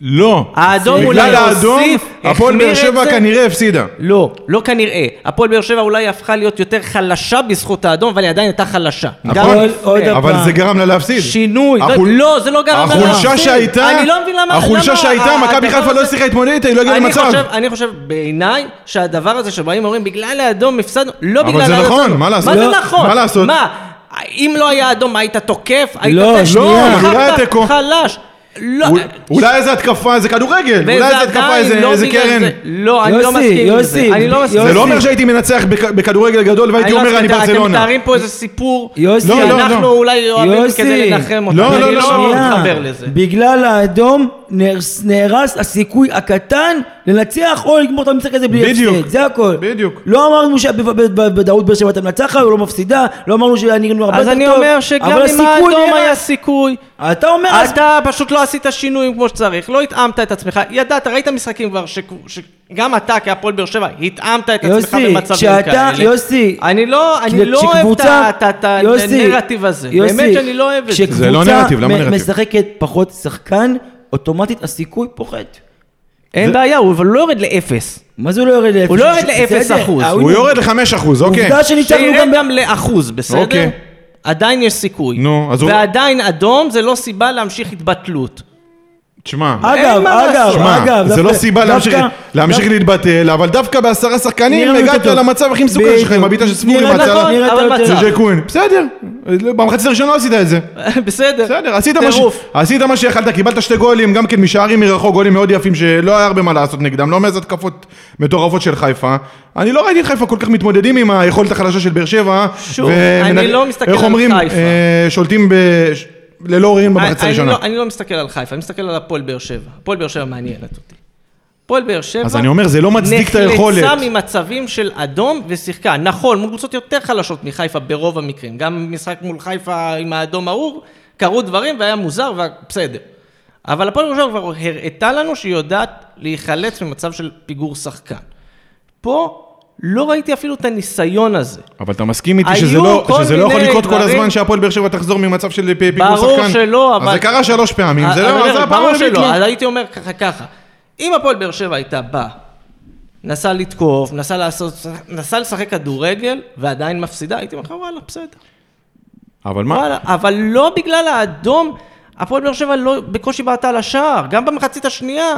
לא.
האדום אולי
בגלל האדום,
הוסיף,
הפועל
החמיר
באר
את
שבע
זה.
כנראה הפסידה.
לא, לא כנראה. הפועל באר שבע אולי הפכה להיות יותר חלשה בזכות האדום, אבל היא עדיין הייתה חלשה.
נכון.
גם כן.
עוד- עוד
לפני.
אבל
הפעם.
זה גרם לה להפסיד.
שינוי. לא-
החול-
לא, זה לא גרם לה
החולשה
להפסיד.
שהייתה,
אני לא מבין למה-
החולשה
למה
שהייתה,
ה-
מכבי
הדבר
חיפה לא
הזה-
הצליחה להתמודד איתה, היא לא הגיעה
אני
למצב.
חושב, אני חושב, בעיניי, שהדבר הזה שבאים ואומרים, בגלל האדום הפסדנו, לא
אבל
בגלל
זה
האדום.
נכון, מה לעשות?
מה זה
לא.
נכון?
מה לעשות?
מה, אם לא היה אדום, היית תוקף? היית
לא,
תוקף?
שנייה.
שיחקת
אולי היה תיקו.
חלש. לא,
אול- אולי איזה התקפה, זה
וזה
כדורגל, אולי איזה התקפה,
עדיין
איזה
לא
איזה
בגלל
קרן.
זה. לא, אני לא
יוסי,
מסכים עם זה.
יוסי,
אני לא מסכים.
יוסי.
זה לא אומר שהייתי מנצח בכ- בכדורגל גדול והייתי
לא
אומר אני
מסכים, אתם
ברצלונה.
מתארים פה איזה סיפור,
יוסי,
לא, לא,
שאנחנו
לא.
אולי אוהבים
יוסי.
כדי לנחם אותם.
לא,
אני
לא, לא.
לא מתחבר לזה.
בגלל האדום נהרס- נהרס הסיכוי הקטן לנצח או לגמור את המשחק הזה בלי
בדיוק.
הפסד, זה הכל.
בדיוק.
לא אמרנו שבוודאות באר שבע הייתה מנצחת או לא מפסידה, לא אמרנו שהיה נראינו הרבה
אז
יותר טוב.
אני אומר שגם
אבל
אם
הסיכוי
האדום היה
נהרס.
סיכוי,
אתה אומר, אז-
אתה פשוט לא עשית שינויים כמו שצריך, לא התאמת את עצמך, ידעת, ראית משחקים כבר, ש- שגם אתה כהפועל באר שבע, התאמת את עצמך
יוסי,
במצבים
כשאתה-
כאלה.
יוסי,
אני לא, אני לא אוהב את
כשקבוצה-
ה- את ה- את ה-
יוסי,
הנרטיב הזה,
יוסי,
באמת שאני לא אוהב את זה.
זה לא נרטיב, למה
מ-
נרטיב?
משחקת פחות שחקן, אוטומטית הסיכוי פוחת.
אין בעיה, הוא- אבל הוא לא יורד לאפס.
מה זה הוא לא יורד לאפס?
הוא לא יורד
בסדר,
לאפס אחוז.
ההוא
הוא יורד ל-5%, אוקיי.
עובדה שניצחנו
שירד
גם ב...
גם לאחוז, בסדר?
אוקיי.
עדיין יש סיכוי.
נו, אז הוא-
ועדיין אדום זה לא סיבה להמשיך התבטלות.
תשמע,
אה,
אגב,
מה
אגב,
לעשות.
אגב,
שמע, זה
דווקא-
לא סיבה להמשיך-
דווקא-
להמשיך להתבטל, אבל דווקא בעשרה שחקנים
נראה לנו
הגעת
יותר טוב.
למצב הכי מסוכן שלך עם
בדיוק.
הבעיטה של ספורי
נראה
בהצלה.
נכון, נראה
אבל
יותר-
מצב.
זה ג'ק כהן. בסדר, במחצית הראשונה לא עשית את זה.
בסדר.
בסדר, עשית מה, ש...
טירוף.
עשית מה שיכלת, קיבלת שתי גולים, גם כן משערים מרחוק, גולים מאוד יפים שלא היה הרבה מה לעשות נגדם, לא מאיזה התקפות מטורפות של חיפה. אני לא ראיתי את חיפה כל כך מתמודדים עם היכולת החלשה של באר שבע.
שוב, אני לא מסתכל
איך
על
אומרים,
חיפה.
אה, שולטים ב... ש- ללא עוררין
אני-
במחצית
אני
הראשונה.
לא- אני לא מסתכל על חיפה, אני מסתכל על הפועל באר שבע. הפועל באר שבע מעניינת אותי. הפועל באר שבע...
אז אני אומר, זה לא מצדיק את היכולת.
נחלצה ממצבים של אדום ושיחקה. נכון, מול קבוצות יותר חלשות מחיפה ברוב המקרים. גם משחק מול חיפה עם האדום ההוא, קרו דברים והיה מוזר, ובסדר. אבל הפועל באר שבע כבר הראתה לנו שהיא יודעת להיחלץ ממצב של פיגור שחקן. פה לא ראיתי אפילו את הניסיון הזה.
אבל אתה מסכים איתי
היו
שזה לא,
כל
שזה לא יכול
מיני
לקרות כל
דברים-
הזמן שהפועל באר שבע תחזור ממצב של פי- פיגור
ברור
שחקן.
שלא,
אז
אבל-
זה קרה שלוש פעמים, זה
אני
לא,
אומר,
זה הפעם
ברור
הרביעית
שלא,
לא.
אז הייתי אומר ככה ככה. אם הפועל באר שבע הייתה באה, נסע לתקוף, נסע לעשות, נסע לשחק כדורגל, ועדיין מפסידה, הייתי אומר לך וואלה, בסדר.
אבל מה?
וואלה, אבל לא בגלל האדום, הפועל באר שבע לא, בקושי בעטה לשער, גם במחצית השנייה.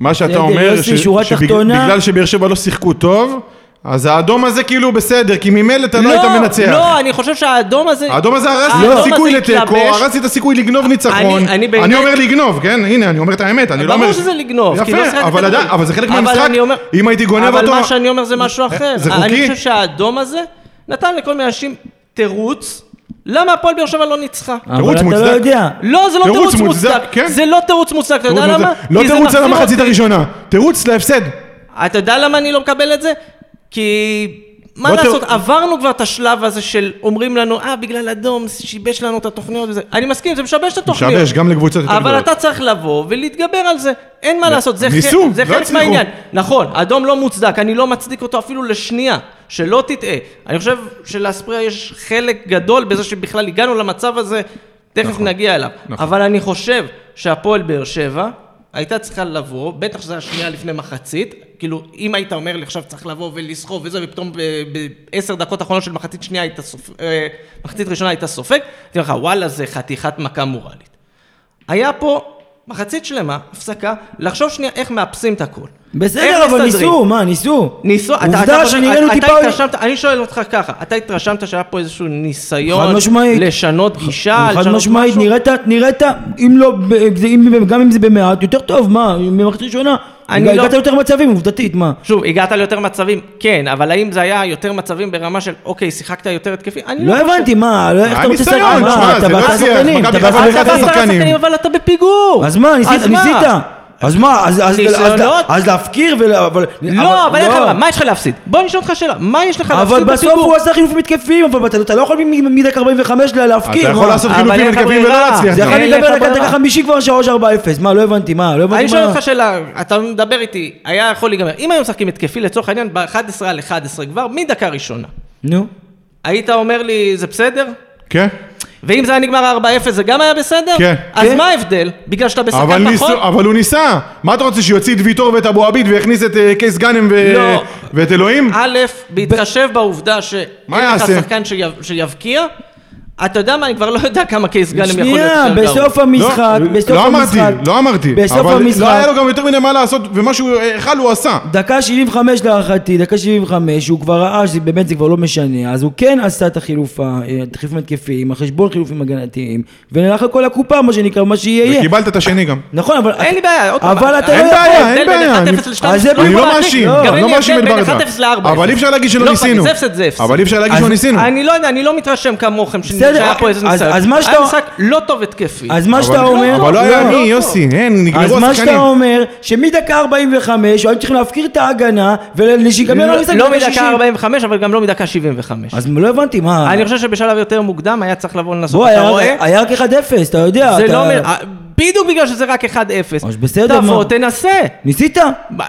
מה שאתה
בסדר,
אומר,
יוסי, שורה תחתונה.
שבגלל שבאר שבע לא שיחקו טוב, אז האדום הזה כאילו בסדר, כי ממילא אתה לא היית מנצח.
לא, אני חושב שהאדום הזה...
האדום הזה הרס לי את
האדום
הסיכוי
הזה
לתיקו,
התלבש.
הרס לי את הסיכוי לגנוב ניצחון.
אני- אני
אני,
באמת-
אומר לגנוב, כן? הנה, אני אומר את האמת, אני לא אומר...
ברור שזה לגנוב, כי לא שיחקת
יפה, אבל
כדורגל.
עדיין- אבל זה חלק
אבל
מהמשחק.
אני אומר-
אם הייתי גונב אותו... אה,
אבל מה שאני אומר זה משהו אחר.
זה
אני
חוקי.
חושב שהאדום הזה נתן לכל מיני אנשים תירוץ למה הפועל באר שבע לא ניצחה.
אבל
תירוץ
אתה לא
מוצדק.
יודע.
לא, זה לא תירוץ
תירוץ מוצדק,
מוצדק.
כן.
זה לא תירוץ מוצדק, אתה יודע
תירוץ
למה?
מוצדק. לא
כי זה
תירוץ על
מחזיר
המחצית
אותי-
הראשונה, תירוץ להפסד.
אתה יודע למה אני לא מקבל את זה? כי... מה
בוא תראו-
לעשות, עברנו כבר את השלב הזה של אומרים לנו, אה, בגלל אדום, שיבש לנו את התוכניות וזה. אני מסכים, זה משבש את התוכניות.
משבש גם לקבוצות יותר
אבל
גדולות.
אתה צריך לבוא ולהתגבר על זה. אין מה לעשות, זה
ניסו,
חלק- זה
לא
חלק
הצליחו.
מהעניין. נכון, האדום לא מוצדק, אני לא מצדיק אותו אפילו לשנייה, שלא תטעה. אני חושב שלאספריה יש חלק גדול בזה שבכלל הגענו למצב הזה, תכף נכון, נגיע אליו. נכון.
נכון.
אבל אני חושב שהפועל באר שבע הייתה צריכה לבוא, בטח שזו השנייה לפני מחצית, כאילו אם היית אומר לי עכשיו צריך לבוא ולסחוב וזה, ופתאום בעשר דקות האחרונות של מחצית שנייה היית סופג, מחצית ראשונה היית סופג, הייתי אומר לך וואלה זה חתיכת מכה מורלית. היה פה מחצית שלמה, הפסקה, לחשוב שנייה איך מאפסים את הכול. איך
בסדר, אבל
מסתדרים.
ניסו, מה, ניסו.
ניסו, אתה-
עובדה
אתה-
שנראינו
אתה
טיפה...
התרשמת, אני שואל אותך ככה, אתה התרשמת שהיה פה איזשהו ניסיון
חד משמעית.
לשנות גישה,
חד
לשנות
משמעית,
משהו?
נראית, נראית, אם לא, ב- זה- אם- גם אם זה במעט, יותר טוב, מה, ממערכת ראשונה.
אני לא-
הגעת יותר מצבים, עובדתית, מה.
שוב, הגעת ליותר מצבים, כן, אבל האם זה היה יותר מצבים ברמה של, אוקיי, שיחקת יותר התקפי? אני
לא הבנתי, מה, לא- איך אתה רוצה...
הניסיון,
לשחק? מה,
שמע,
אתה
זה לא
בעשרה
שיח,
שחקנים,
מכבי
אתה
חיפה
בעשרה
אתה
לקחה את
שחקנים.
עשרה
שחקנים.
שחקנים, אבל אתה בפיגור.
אז מה, ניסית?
אז מה?
ניסית. אז מה, אז- אז- אז- אז-
ניסיונות?
אז להפקיר ול... אבל-
לא, אבל אין לך, מה יש לך להפסיד? בוא נשאל אותך שאלה, מה יש לך
אבל
להפסיד
בסוף
בפיגור?
הוא עשה חילופים מתקפים, אבל אתה- אתה לא יכול מ- מ- מדקה 45 לה- להפקיר.
אתה יכול
מה?
לעשות
אבל אין
חילופים
לך
התקפים ולא
ברירה.
להצליח.
זה
אין
יכול
לך
לדבר על
ברירה.
דקה 50 כבר שלוש 4-0, מה, לא הבנתי, מה, לא הבנתי מה.
אני שואל אותך שאלה, אתה מדבר איתי, היה יכול להיגמר. אם היו משחקים התקפי לצורך העניין ב-11 על 11 כבר, מדקה ראשונה,
נו.
היית אומר לי, זה בסדר?
כן,
ואם זה היה נגמר 4-0 זה גם היה בסדר?
כן.
אז
כן.
מה ההבדל? בגלל שאתה
אבל
בשחקן נכון? פחות?
ניסו- אבל הוא ניסה. מה אתה רוצה, שיוציא את ויטור ואת אבו עביד ויכניס את אה, קייס גאנם ו-
לא.
ואת אלוהים?
א', בהתחשב בעובדה שאין
מה
לך
יעשה?
שחקן שיב- שיבקיע, אתה יודע מה, אני כבר לא יודע כמה קייס גאנם יכול להיות
שנייה,
יותר גרוע.
בסוף המשחק,
לא,
בסוף
לא אמרתי,
המשחק.
לא אמרתי.
בסוף
אבל לא
המשחק.
היה לו גם יותר מדי מה לעשות, ומה שהוא יכל הוא עשה.
דקה 75 להערכתי, דקה 75, הוא כבר ראה שבאמת זה כבר לא משנה, אז הוא כן עשה את החילוף, ה- את החילופים התקפיים, החשבון חילופים הגנתיים, ונלך לכל הקופה, מה שנקרא, מה שיהיה
כן.
יהיה.
וקיבלת את השני גם.
נכון, אבל...
אין לי בעיה, עוד פעם.
אבל אתה לא
אין
יכול.
בעיה,
ההבדל
אין
בין 1-0
בעיה, אני-
ל-2-0
אז זה
לא
אני
יכול
לא
להחליק.
מאשים,
גם
אני
אין
לא
לי
מאשים את
הבדל בין
ברדה.
1-0 ל-4-0.
אבל אי אפשר להגיד שלא
לא,
ניסינו.
זה הפסד, זה הפסד.
אבל אי אפשר להגיד שלא ניסינו.
אני לא יודע, אני לא מתרשם כמוכם שניסינו.
בסדר, אוקיי,
שהיה פה איזה
אז-
ניסיון.
אז מה שאתה-
היה משחק לא טוב התקפי.
אז מה שאתה
אבל-
אומר...
אבל לא היה
לא,
אני,
לא.
יוסי, אין,
אז
נגמרו
מה שאתה
השחקנים.
אומר, שמדקה 45 היו צריכים להפקיר את ההגנה ולשיגמר
לא-
המשחק
לא
בדקה 60.
מדקה 45, אבל גם לא מדקה 75.
אז לא הבנתי, מה...
אני חושב שבשלב יותר מוקדם היה צריך לבוא לנסות.
בוא,
אתה
היה-
רואה?
היה רק 1-0, אתה יודע.
זה
אתה-
לא... מ- אה, בדיוק בגלל שזה רק 1-0.
אז בסדר,
תבוא,
מה?
תנסה.
ניסית?
מה-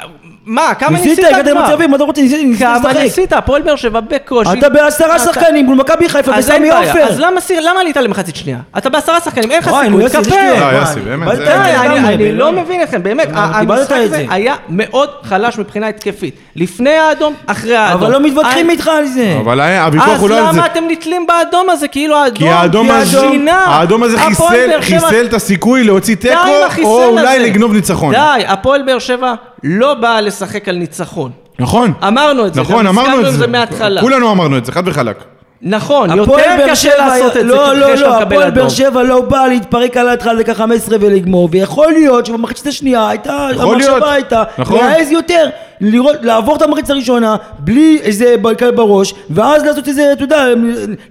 מה, כמה
ניסית,
ניסית
הגעת
כבר?
למצבים, מה אתה רוצה? ניסית, ניסית
כמה
לשחק.
ניסית? הפועל באר שבע בקושי.
אתה בעשרה
אתה-
שחקנים מול מכבי חיפה
אז אין
וסמי
בעיה.
עופר.
אז למה סיר- למה עלית למחצית שנייה? אתה בעשרה שחקנים, אין לך
וואי,
סיכוי,
נו, יוסי, זה שטויות.
תקפל.
לא,
וואי,
יוסי, באמת,
קיבלת
זה-
את זה
די, אני-
לגמרי,
אני
נו.
לא מבין אתכם, באמת,
אבל קיבלת
המשחק
את
הזה
זה.
היה מאוד חלש מבחינה התקפית. לפני האדום, אחרי האדום.
אבל לא מתווכחים
אני-
איתך על זה.
אבל היה- הוויכוח
אז
הוא לא על זה.
למה אתם נתלים באדום הזה? כאילו האדום,
כי האדום הזה,
שינה.
האדום הזה
הפועל
חיסל,
באר שבע-
חיסל את הסיכוי להוציא
די עם
תיקו,
החיסל
או אולי
הזה.
לגנוב ניצחון.
די, הפועל באר שבע לא באה לשחק על ניצחון.
נכון.
אמרנו את זה,
נכון,
גם
אמרנו
הסכמנו
את
עם
זה.
זה מההתחלה.
כולנו אמרנו את זה, חד וחלק.
נכון,
הפועל
יותר
באר
קשה
שבע-
לעשות את זה
לא, לא,
אחרי
לא,
שאתה מקבל
הפועל באר
אדום.
שבע לא באה להתפרק על ההתחלה דקה 15 ולגמור, ויכול להיות שבמחצית השנייה הייתה,
יכול להיות.
המחשבה הייתה,
נכון.
להעז יותר, לראות, לעבור את המחצית הראשונה, בלי איזה בלקל בראש, ואז לעשות איזה, אתה יודע,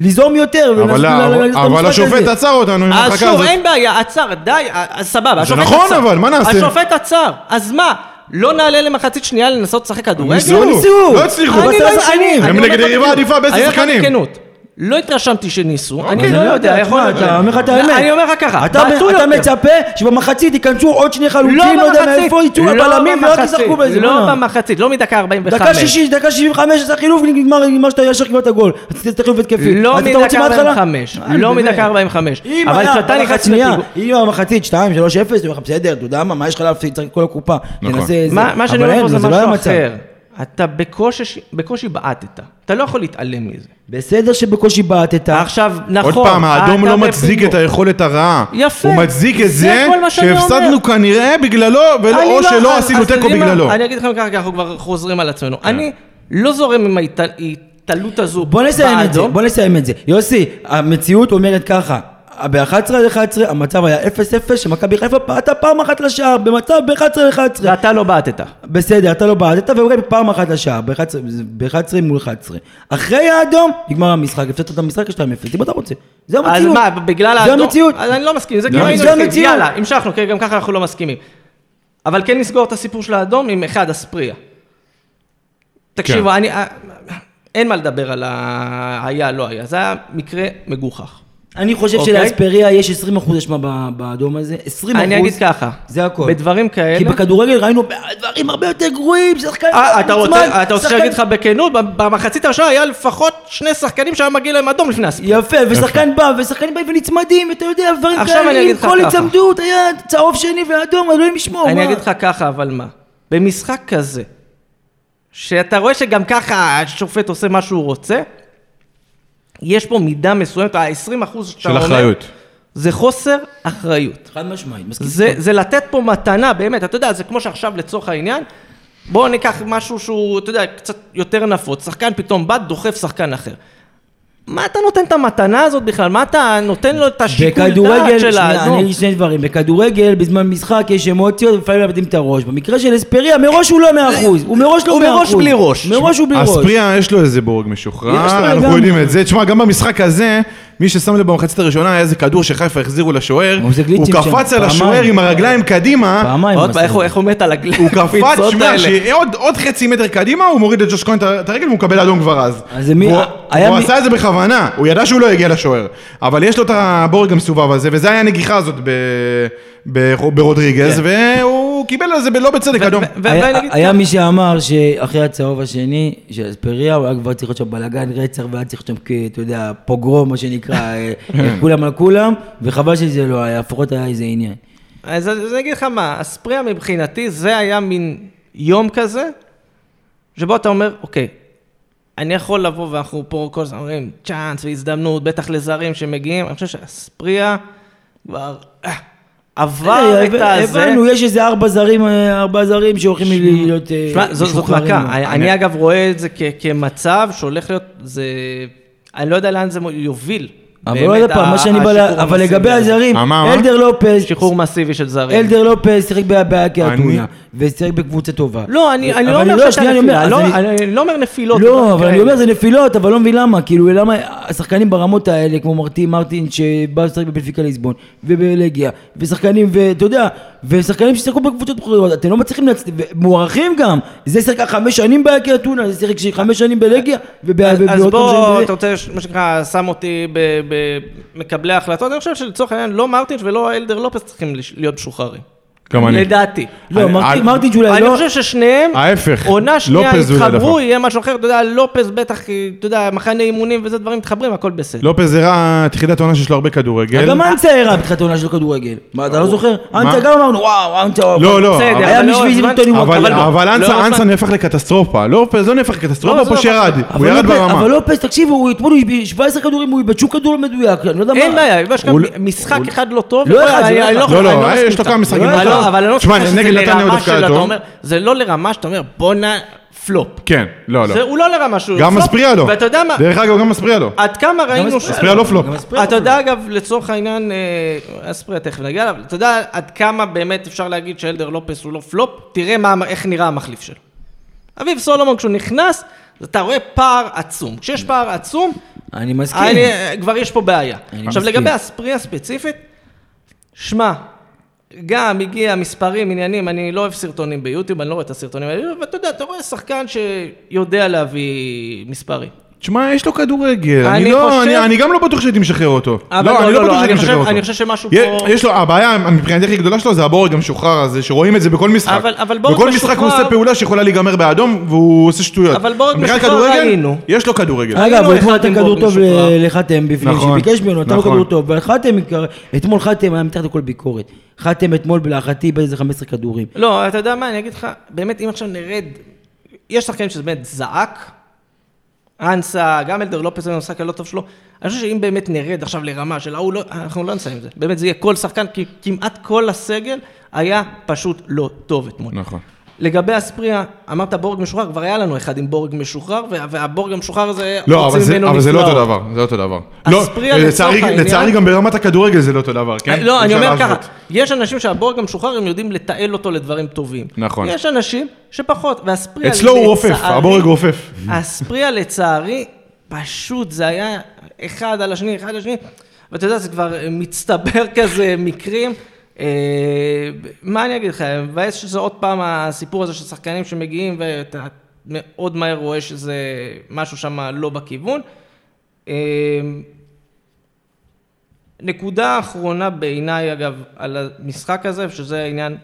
ליזום יותר. ולעשות-
אבל ה-
לעשות את המשחק
אבל השופט
הזה.
עצר אותנו עם
אז
ההרחקה
אה, שוב,
הזאת.
אין בעיה, עצר, די, אז סבבה, השופט עצר.
נכון, אבל, מה נעשה?
השופט עצר, אז מה? לא נעלה למחצית שנייה לנסות לשחק כדורגל?
ניסו,
ניסו.
לא הצליחו.
אני לא-
בסדר.
שחקנים.
אני
הם
אומר
נגד
לך
יריבה
בכנות.
עדיפה בעשר
אני אומר לך
שחקנים.
בכנות. לא התרשמתי שניסו, אני
אוקיי.
לא
אני
יודע, יכול להיות. לא,
אתה אומר לך את האמת.
אני אומר לך ככה,
אתה-
בעטו
אתה
יותר.
מצפה שבמחצית ייכנסו עוד שני חלוצים,
לא
לא יודע
במחצית,
מאיפה יצאו הבלמים,
לא
ורק
במחצית,
ישחקו באיזה.
לא
בואנה.
במחצית, לא מדקה 45.
דקה שישית, דקה שבעים וחמש, עשה חילוף, נגמר, נגמר שאתה ישר קיבלת גול. אז אתה חילוף התקפי.
לא
אז אתה רוצה
מדקה
מההתחלה?
45,
אה,
לא
באמת.
מדקה 45.
אם
אבל
היה
כשאתה
במחצית
נכנס
שנייה,
לפיגור...
אם המחצית 2, 3, 0, אתה אומר לך בסדר, אתה יודע מה, מה יש לך להפסיד, צריך כל הקופה.
נכון.
תנסה איזה-
מה מה שאני
אבל
אומר פה
אין,
זה
לא היה
משהו
מצב.
אחר. אתה בקושי- בקושי בעטת, אתה לא יכול להתעלם מזה.
בסדר שבקושי בעטת.
עכשיו, נכון.
עוד פעם, האדום
אתה
לא מצדיק
בפיגור.
את היכולת הרעה.
יפה.
הוא מצדיק את
זה
זה
כל מה שאני אומר.
שהפסדנו כנראה בגללו, ולא-
אני
או
לא-
שלא
אז-
עשינו
אז
תיקו
יודעים מה?
בגללו. כן.
אני אגיד לכם ככה, כי אנחנו כבר חוזרים על עצמנו. אני לא זורם עם ההתעלות הזו
בוא נסיים את זה,
באדום.
בוא נסיים את זה. יוסי, המציאות אומרת ככה. ב-11 ל-11 המצב היה 0-0 שמכבי חיפה פעתה פעם אחת לשער במצב ב-11 ל-11
ואתה לא בעטת.
בסדר, אתה לא בעטת, ואומרים פעם אחת לשער, ב-11 מול 11. אחרי האדום, נגמר המשחק, הפסדת את המשחק, יש להם אפס, אם אתה רוצה. זה
אז
המציאות.
מה, בגלל האדום?
זה המציאות.
אז אני לא מסכים, זה
זה
כאילו
המציאות.
היינו
זה
מסכימים.
המציאות.
יאללה, המשכנו, כי גם ככה אנחנו לא מסכימים. אבל כן נסגור את הסיפור של האדום עם אחד, אספריה. תקשיבו, אני... אה, אין מה לדבר על ה... היה, לא היה. זה היה מקרה מגוחך.
אני חושב
אוקיי.
שלאספריה יש 20 אחוז אשמה ב- באדום הזה, 20 אחוז.
אני אגיד ככה.
זה הכל.
בדברים כאלה...
כי בכדורגל ראינו דברים הרבה יותר גרועים, שחקן...
אה, אתה
נצמד,
רוצה, אתה רוצה
שחקן-
שיגיד לך בכנות, במחצית הראשונה היה לפחות שני שחקנים שהיה מגיע להם אדום לפני הספיק.
יפה, ושחקן בא, ושחקנים באים ונצמדים, ואתה יודע, דברים
עכשיו אני
כאלה,
אגיד
עם
לך
כל
ככה.
הצמדות, היה צהוב שני ואדום, אלוהים ישמור, מה?
אני אגיד לך ככה, אבל מה? במשחק כזה, שאתה רואה שגם ככה השופט עושה מה שהוא רוצה, יש פה מידה מסוימת, ה-20% שאתה
של
אומר,
אחריות.
זה חוסר אחריות.
חד משמעית, מסכים.
זה, זה לתת פה מתנה, באמת, אתה יודע, זה כמו שעכשיו לצורך העניין, בואו ניקח משהו שהוא, אתה יודע, קצת יותר נפוץ, שחקן פתאום בא, דוחף שחקן אחר. מה אתה נותן את המתנה הזאת בכלל? מה אתה נותן לו את השיקול
בכדורגל,
דעת של
שנייה, אני
האדום?
אגיד שני דברים, בכדורגל בזמן משחק יש אמוציות, לפעמים מאבדים את הראש, במקרה של אספריה מראש הוא לא 100%, הוא מראש לא 100%,
הוא מראש בלי ראש.
מראש הוא בלי ראש,
אספריה יש לו איזה בורג
יש לו
משוחרר, אנחנו
לגמרי.
יודעים את זה. תשמע, גם במשחק הזה, מי ששם לב במחצית הראשונה היה איזה כדור שחיפה החזירו לשוער,
אבל זה
הוא
גליצ'ים שם,
קפץ על
פעמיים.
השוער עם הרגליים קדימה,
פעמיים,
עוד
הוא
פעם, איך
עשה
הוא-
את
איך הוא מת על הגליים?
הוא קפץ, שמע, שעוד עוד חצי מטר קדימה, הוא מוריד את ג'וש כהן את ה- את הרגל והוא מקבל אדום כבר אז.
אז זה מי-
והוא-
היה
הוא
מי-
עשה את זה בכוונה, הוא ידע שהוא לא יגיע לשוער. אבל יש לו את הבורג המסובב הזה, וזה היה הנגיחה הזאת ב- ב- ברודריגז, והוא קיבל על זה ב- לא בצדק אדום.
זה. היה-
ואני אגיד
היה
ככה.
מי שאמר שאחרי הצהוב השני, שאספריה, הוא היה כבר צריך להיות שם בלאגן רצח, והיה צריך להיות שם, כ- אתה יודע, פוגרום, מה שנקרא, אה, אה, כולם על כולם, וחבל שזה לא היה, לפחות היה איזה עניין.
אז אז אני אגיד לך מה, הספריה מבחינתי זה היה מין יום כזה, שבו אתה אומר, אוקיי, אני יכול לבוא ואנחנו פה כל הזמן אומרים צ'אנס והזדמנות, בטח לזרים שמגיעים, אני חושב שהספריה כבר אה, עבר
בסדר,
את הזה.
אה, הבנו, יש איזה ארבע זרים, אה, ארבע זרים שהולכים להיות... אה,
שמע, זו- זאת
משוחררים.
מכה. אני- אני אגב רואה את זה כ- כמצב שהולך להיות, זה... אני לא יודע לאן זה מוביל.
אבל
באמת,
עוד פעם,
ה-
מה שאני בא, ל-
השחרור
אבל
המסיבי
לגבי
הזה.
הזרים,
מה, מה, מה?
אלדר לופז,
שחרור מסיבי של זרים.
אלדר לופז שיחק ב- בקריית
אני-
ושיחק בקבוצה טובה.
לא, אני אני
אבל
לא אומר שאתה
שנייה, אני
נפילה,
אומר,
לא-
אז אני-
אני לא אומר נפילות.
לא, אבל אני
כאלה.
אומר זה נפילות, אבל לא מבין למה, כאילו למה השחקנים ברמות האלה, כמו מרטין מרטין שבא לשחק בפנפיקה ליסבון, ובלגיה, ושחקנים, ואתה יודע, ושחקנים ששיחקו בקבוצות בכירות, אתם לא מצליחים להצליח, מוערכים גם, זה שיחק חמש שנים באקר אתונה, זה שיחק חמש שנים בלגיה, וב-
אז
ובעוד כמה שנים
בוא,
בזה.
אתה רוצה, מה שנקרא, שם אותי במקבלי ההחלטות, אני חושב שלצורך העניין לא מרטינש ולא אלדר לופס צריכים לש- להיות משוחררים.
גם אני.
לדעתי.
לא,
אני-
מרטין-
אני-
מרטין שאולי
אני
לא,
חושב ששניהם,
ההפך,
עונה שנייה
לופז הוא
יתחברו,
דחף.
יהיה משהו אחר, אתה יודע, לופס בטח, כי, אתה יודע, מחנה אימונים וזה דברים מתחברים, הכל בסדר.
לופז הראה תחילת עונה שיש לו הרבה כדורגל.
גם אנסה הראה בתחילת העונה של כדורגל, מה אתה לא זוכר? אנסה גם אמרנו וואו, אנסה,
לא, לא,
בסדר,
אבל-
אבל
היה
לא
בשביל
הזמן-
טוני ווקר,
אבל,
לא,
אבל
לא
אנסה,
הזמן-
אנסה נהפך לקטסטרופה, לופז לא נהפך לקטסטרופה,
לא,
פה
זה
שירד,
אבל
הוא ירד
לופז-
ברמה.
אבל לופס, תקשיב, הוא אתמול הוא איבד 17 כדורים, הוא איבד שום כדור לא מדויק, אני לא יודע מה.
אין בעיה, יש גם
הוא-
משחק
הוא-
אחד לא טוב,
לא
יכול-
אחד, זה
אני-
לא
אני
אחד.
יכול-
לא,
אני
לא,
מסכים
יש לו
איתך.
כמה משחקים
לא,
לא
לא,
טוב.
אבל אני לא
תשמע,
מסכים איתך
נגד
שזה
נתניה הוא
לרמה
דווקא
של,
היה
אתה
טוב.
אומר, זה לא לרמה שאתה אומר, בואנה, פלופ.
כן, לא, לא.
זה- הוא לא לרמה שהוא
גם
פלופ,
מספריה לו.
ואתה יודע מה,
דרך אגב, הוא גם מספריה לו.
עד כמה ראינו... ש-
מספריה לא פלופ.
גם מספריה
אתה
לא
יודע, אגב, לצורך העניין, אה, אספריה תכף נגיע אליו, אתה יודע עד כמה באמת אפשר להגיד שאלדר לופס הוא לא פלופ? תראה מה- איך נראה המחליף שלו. אביב סולומון, כשהוא נכנס, אתה רואה פער עצום. כשיש
Mm.
פער עצום,
אני מסכים.
אני, אה, כבר יש פה בעיה.
אני
עכשיו,
מסכים.
לגבי הספריה ספציפית, שמע, גם הגיע מספרים, עניינים, אני לא אוהב סרטונים ביוטיוב, אני לא רואה את הסרטונים האלה, אבל אתה יודע, אתה רואה שחקן שיודע להביא מספרים.
תשמע, יש לו כדורגל,
אני
אני לא,
חושב-
אני- אני גם לא בטוח שהייתי משחרר אותו.
אבל לא, לא, לא, אני חושב- אני חושב שמשהו
יה-
פה-
יש לו, הבעיה מבחינתי הכי גדולה שלו זה הבורג המשוחרר הזה, שרואים את זה בכל משחק.
אבל- אבל בורג
בכל משחק הוא
משוחרר-
עושה פעולה שיכולה להיגמר באדום, והוא עושה שטויות.
אבל בורג
מבחינת
משוחרר
כדורגל,
ראינו.
יש לו כדורגל.
אגב,
ראינו
הוא אתמול
אחד
נתן
עם
לא כדור
גורדון
טוב
משוחרר.
ל- לחתם בפנים,
נכון,
שביקש ממנו, נתן לו
נכון.
כדור טוב, אבל חתם, עיקר- אתמול חתם היה מתחת לכל ביקורת. חתם אתמול בלהערכתי איבד איזה 15 כדורים.
לא, אתה יודע מה, אני אגיד לך, באמת, אם עכשיו נרד, יש שחקנים שזה באמת זעק, אנסה, גם אלדר לופס, המשחק הלא טוב שלו, אני חושב שאם באמת נרד עכשיו לרמה של ההוא, לא, אנחנו לא נסיים את זה. באמת, זה יהיה כל שחקן, כי כמעט כל הסגל היה פשוט לא טוב אתמול.
נכון.
לגבי אספריה, אמרת בורג משוחרר, כבר היה לנו אחד עם בורג משוחרר, וה- והבורג המשוחרר הזה,
לא,
רוצים
אבל זה,
ממנו
אבל זה לא
נפלאות.
אותו דבר, זה לא אותו דבר. לא,
אספריה
לצערי,
לצורך העניין-
לצערי גם ברמת הכדורגל זה לא אותו דבר, כן?
לא, אני
אפשר
אומר
להשוות.
ככה, יש אנשים שהבורג המשוחרר, הם יודעים לתעל אותו לדברים טובים.
נכון.
יש אנשים שפחות, והספריה
אצלו הוא רופף,
לצערי-
הבורג רופף.
הספריה לצערי, פשוט זה היה אחד על השני, אחד על השני, ואתה יודע, זה כבר מצטבר כזה מקרים. אה, מה אני אגיד לך, מבאס שזה עוד פעם הסיפור הזה של שחקנים שמגיעים ואתה מאוד מהר רואה שזה משהו שם לא בכיוון. אה, נקודה אחרונה בעיניי, אגב, על המשחק הזה, שזה העניין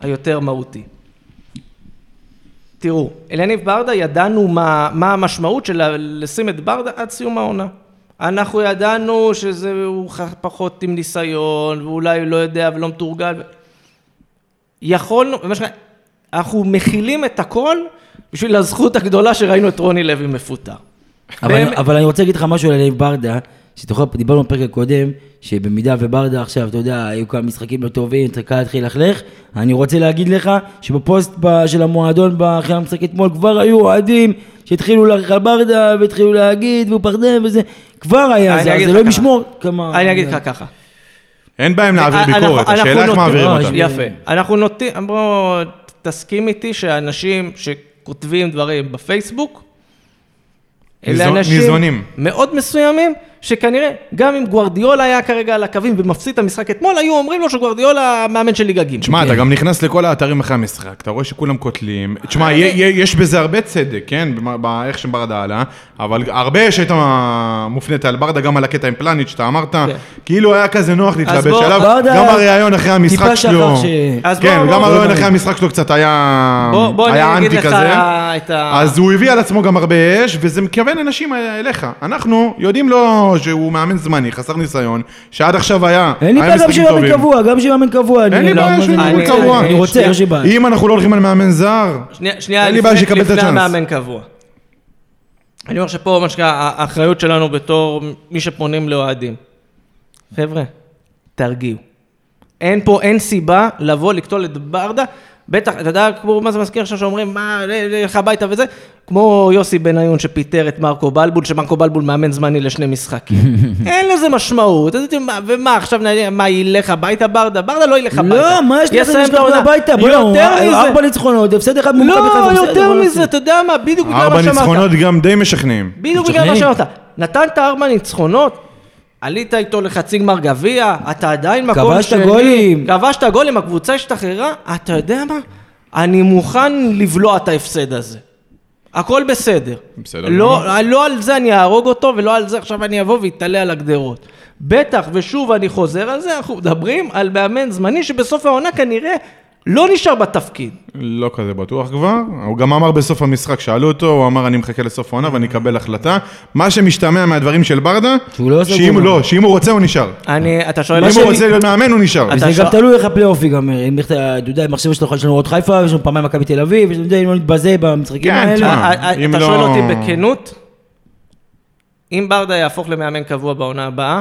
היותר מהותי. תראו, אלניב ברדה, ידענו מה, מה המשמעות של ה- לשים את ברדה עד סיום העונה. אנחנו ידענו שהוא פחות עם ניסיון, ואולי הוא לא יודע ולא מתורגל. יכולנו, ממש, אנחנו מכילים את הכל בשביל הזכות הגדולה שראינו את רוני לוי מפוטר.
אבל-
באמת.
אבל אני רוצה להגיד לך משהו על אליב ברדה, שתוכל, דיברנו בפרק הקודם, שבמידה וברדה עכשיו, אתה יודע, היו כמה משחקים לא טובים, תקע התחיל לחלך, אני רוצה להגיד לך שבפוסט ב- של המועדון ב- אחרי המשחק אתמול כבר היו אוהדים שהתחילו ללכת על ברדה, והתחילו להגיד, והוא פחדן וזה, כבר היה
אני
זה, אז
אגיד
זה
לך
לא
ככה.
משמור כמה...
אני אגיד לך ככה.
אין בעיה עם להעביר
אנחנו-
ביקורת,
אה, אנחנו
השאלה איך
נותנים- לא,
מעבירים
אה,
אותה.
שנייה.
יפה. אנחנו נותנים, בוא, ת- תסכים איתי שאנשים שכותבים דברים בפייסבוק, אלה
ניזון-
אנשים
ניזונים.
מאוד מסוימים, שכנראה גם אם גוורדיולה היה כרגע על הקווים ומפסיד את המשחק אתמול, היו אומרים לו שגוורדיולה המאמן של ליגה ג'.
תשמע, אתה גם נכנס לכל האתרים אחרי המשחק, אתה רואה שכולם קוטלים.
אה,
תשמע, יה- יה- יש בזה הרבה צדק, כן? במה- באיך שברדה עלה, אבל הרבה שהייתה מופנית על ברדה, גם על הקטע עם פלניץ' שאתה אמרת, כאילו היה כזה נוח להתלבש
כן. בוא,
עליו,
ברדה
גם הריאיון אחרי המשחק
טיפה
שלו.
שכח ש-
אז בוא,
כן,
בוא,
גם
בוא,
הריאיון
בוא.
אחרי המשחק שלו קצת היה
בוא- בוא
היה
אני אגיד
אנטי
לך
כזה.
את ה-
אז הוא הביא על עצמו גם הרבה אש, וזה מכוון אנשים אה, אליך. אנחנו יודעים לו שהוא מאמן זמני, חסר ניסיון, שעד עכשיו היה...
אין לי
היה
בעיה גם
משחקים
לא
שיאמן
טובים.
קבוע, גם שיאמן קבוע. אני-
אין לי
לא,
בעיה
מה זה-
שהוא
מאמן
מאמן
אני-
קבוע.
אני רוצה, יש לי
שנייה.
בעיה.
אם אנחנו לא הולכים על מאמן זר,
שנייה, שנייה,
אין לי בעיה שיקבל את
לפני
הצ'אנס.
המאמן קבוע. אני אומר שפה, מה שנקרא, האחריות שלנו בתור מי שפונים לאוהדים. חבר'ה, תרגיעו. אין פה, אין סיבה לבוא לקטול את ברדה, בטח, אתה יודע, כמו מה זה מזכיר עכשיו שאומרים, מה, לך הביתה וזה, כמו יוסי בניון שפיטר את מרקו בלבול, שמרקו בלבול מאמן זמני לשני משחקים. אין לזה משמעות, אז הייתי, "מה- ומה, עכשיו נעניין, מה, ילך הביתה ברדה? ברדה לא ילך הביתה.
לא, מה יש לך
יסיים את
לשלוח
העונה.
הביתה? בוא'נה, הוא-
יותר
ארבע
מזה.
ניצחונות, הפסד אחד ממכבי חיפה,
לא,
בסדר,
יותר
מה
מזה,
לעשות?
אתה יודע מה, בדיוק בגלל
ארבע
מה שאמרת.
ניצחונות גם די משכנעים.
בדיוק בגלל מה
משכנעים.
שאמרת. נתנת ארבע ניצחונות, עלית איתו לחצי גמר גביע, אתה עדיין מקום
כבשת גולים.
כבשת גולים, הקבוצה השתחררה, אתה יודע מה? אני מוכן לבלוע את ההפסד הזה. הכל בסדר.
בסדר
לא, לא על זה אני אהרוג אותו, ולא על זה עכשיו אני אבוא ואתעלה על הגדרות. בטח, ושוב אני חוזר על זה, אנחנו מדברים על מאמן זמני שבסוף העונה כנראה לא נשאר בתפקיד.
לא כזה בטוח כבר. הוא גם אמר בסוף המשחק, שאלו אותו, הוא אמר, אני מחכה לסוף העונה ואני אקבל החלטה. מה שמשתמע מהדברים של ברדה,
שהוא לא עושה
שאם
גול.
לא, שאם הוא רוצה הוא נשאר.
אני, אתה שואל...
אם
אותי-
הוא רוצה להיות מאמן הוא נשאר.
אתה
זה
שואל-
גם תלוי איך הפלייאוף ייגמר, אם איך אתה אתה יודע, מחשב שלך יש לנו עוד חיפה, יש לנו פעמיים מכבי תל אביב, יש לנו- אתה יודע, אם לא נתבזה במשחקים
כן,
האלה.
תשמע.
אה, אה,
אם
אתה
לא-
שואל אותי בכנות, אם ברדה יהפוך למאמן קבוע בעונה הבאה,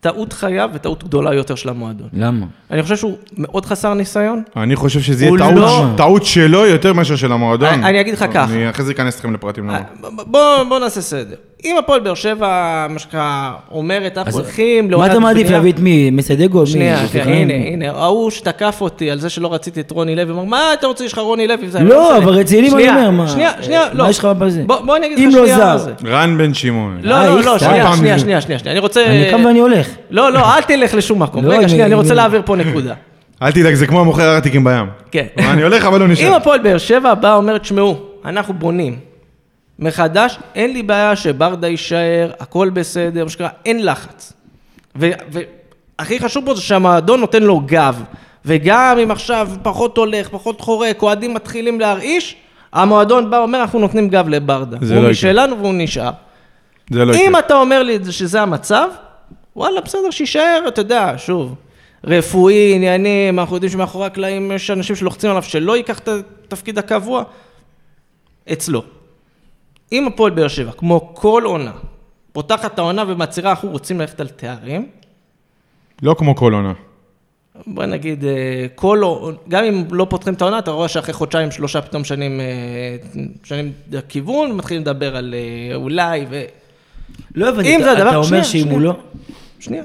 טעות חייו וטעות גדולה יותר של המועדון.
למה?
אני חושב שהוא מאוד חסר ניסיון.
אני חושב שזה יהיה
הוא
טעות-
לא-
טעות שלו יותר מאשר של המועדון.
אני- אני אגיד לך אה-
אני
ככה.
אחרי זה אכנס אתכם לפרטים.
אה.
למה.
ב- ב- בוא, בוא נעשה סדר. אם הפועל באר שבע, מה שנקרא, אומרת, אנחנו הולכים
מה
לעונת
אתה מעדיף
בנייה-
להביא את מי? מסיידגו? מי?
שנייה, שנייה,
סליחה.
הנה, הנה, ההוא שתקף אותי על זה שלא רציתי את רוני לוי, אמר, מה אתה רוצה, יש לך רוני לוי? וזה,
לא,
משנה."
אבל רציני, מה אני
שנייה,
אומר, מה?
שנייה, שנייה,
אה,
לא.
מה יש לך בזה?
בוא בוא אני אגיד
אם
לך
לא
שנייה מה
זר.
זה.
רן בן שמעון.
לא,
אה,
לא,
איך
לא,
סתם?
שנייה,
פעם
שנייה,
זה-
שנייה, שנייה, שנייה, אני רוצה...
אני קם ואני הולך.
לא, לא, אל תלך לשום מקום.
לא,
רגע,
אני-
שנייה, אני רוצה
אני-
להעביר פה נקודה.
אל תדאג, זה כמו המוכר הארטיקים בים.
כן.
אני הולך אבל לא
אם
נשאר.
הפועל באר שבע באה ואומרת, שמעו, אנחנו בונים מחדש, אין לי בעיה שברדה יישאר, הכל בסדר, מה שנקרא, אין לחץ. והכי חשוב פה זה שהמועדון נותן לו גב. וגם אם עכשיו פחות הולך, פחות חורק, אוהדים מתחילים להרעיש, המועדון בא ואומר, אנחנו נותנים גב לברדה.
זה
הוא
לא
משלנו והוא נשאר.
זה לא
אם
יקרה.
אתה אומר לי את זה שזה המצב, וואלה, בסדר, שיישאר, אתה יודע, שוב. רפואי, עניינים, אנחנו יודעים שמאחורי הקלעים יש אנשים שלוחצים עליו שלא ייקח את התפקיד הקבוע, אצלו. אם הפועל באר שבע, כמו כל עונה, פותחת את העונה ומצהירה, אנחנו רוצים ללכת על תארים,
לא כמו כל עונה.
בוא נגיד, אה, כל, עונה- גם אם לא פותחים את העונה, אתה רואה שאחרי חודשיים, שלושה פתאום שנים, אה, שנים כיוון, מתחילים לדבר על אה, אולי, ו...
לא הבנתי,
אם זה
אתה-
הדבר-
אתה אומר
שנייה,
שאם
שנייה.
הוא לא...
שנייה.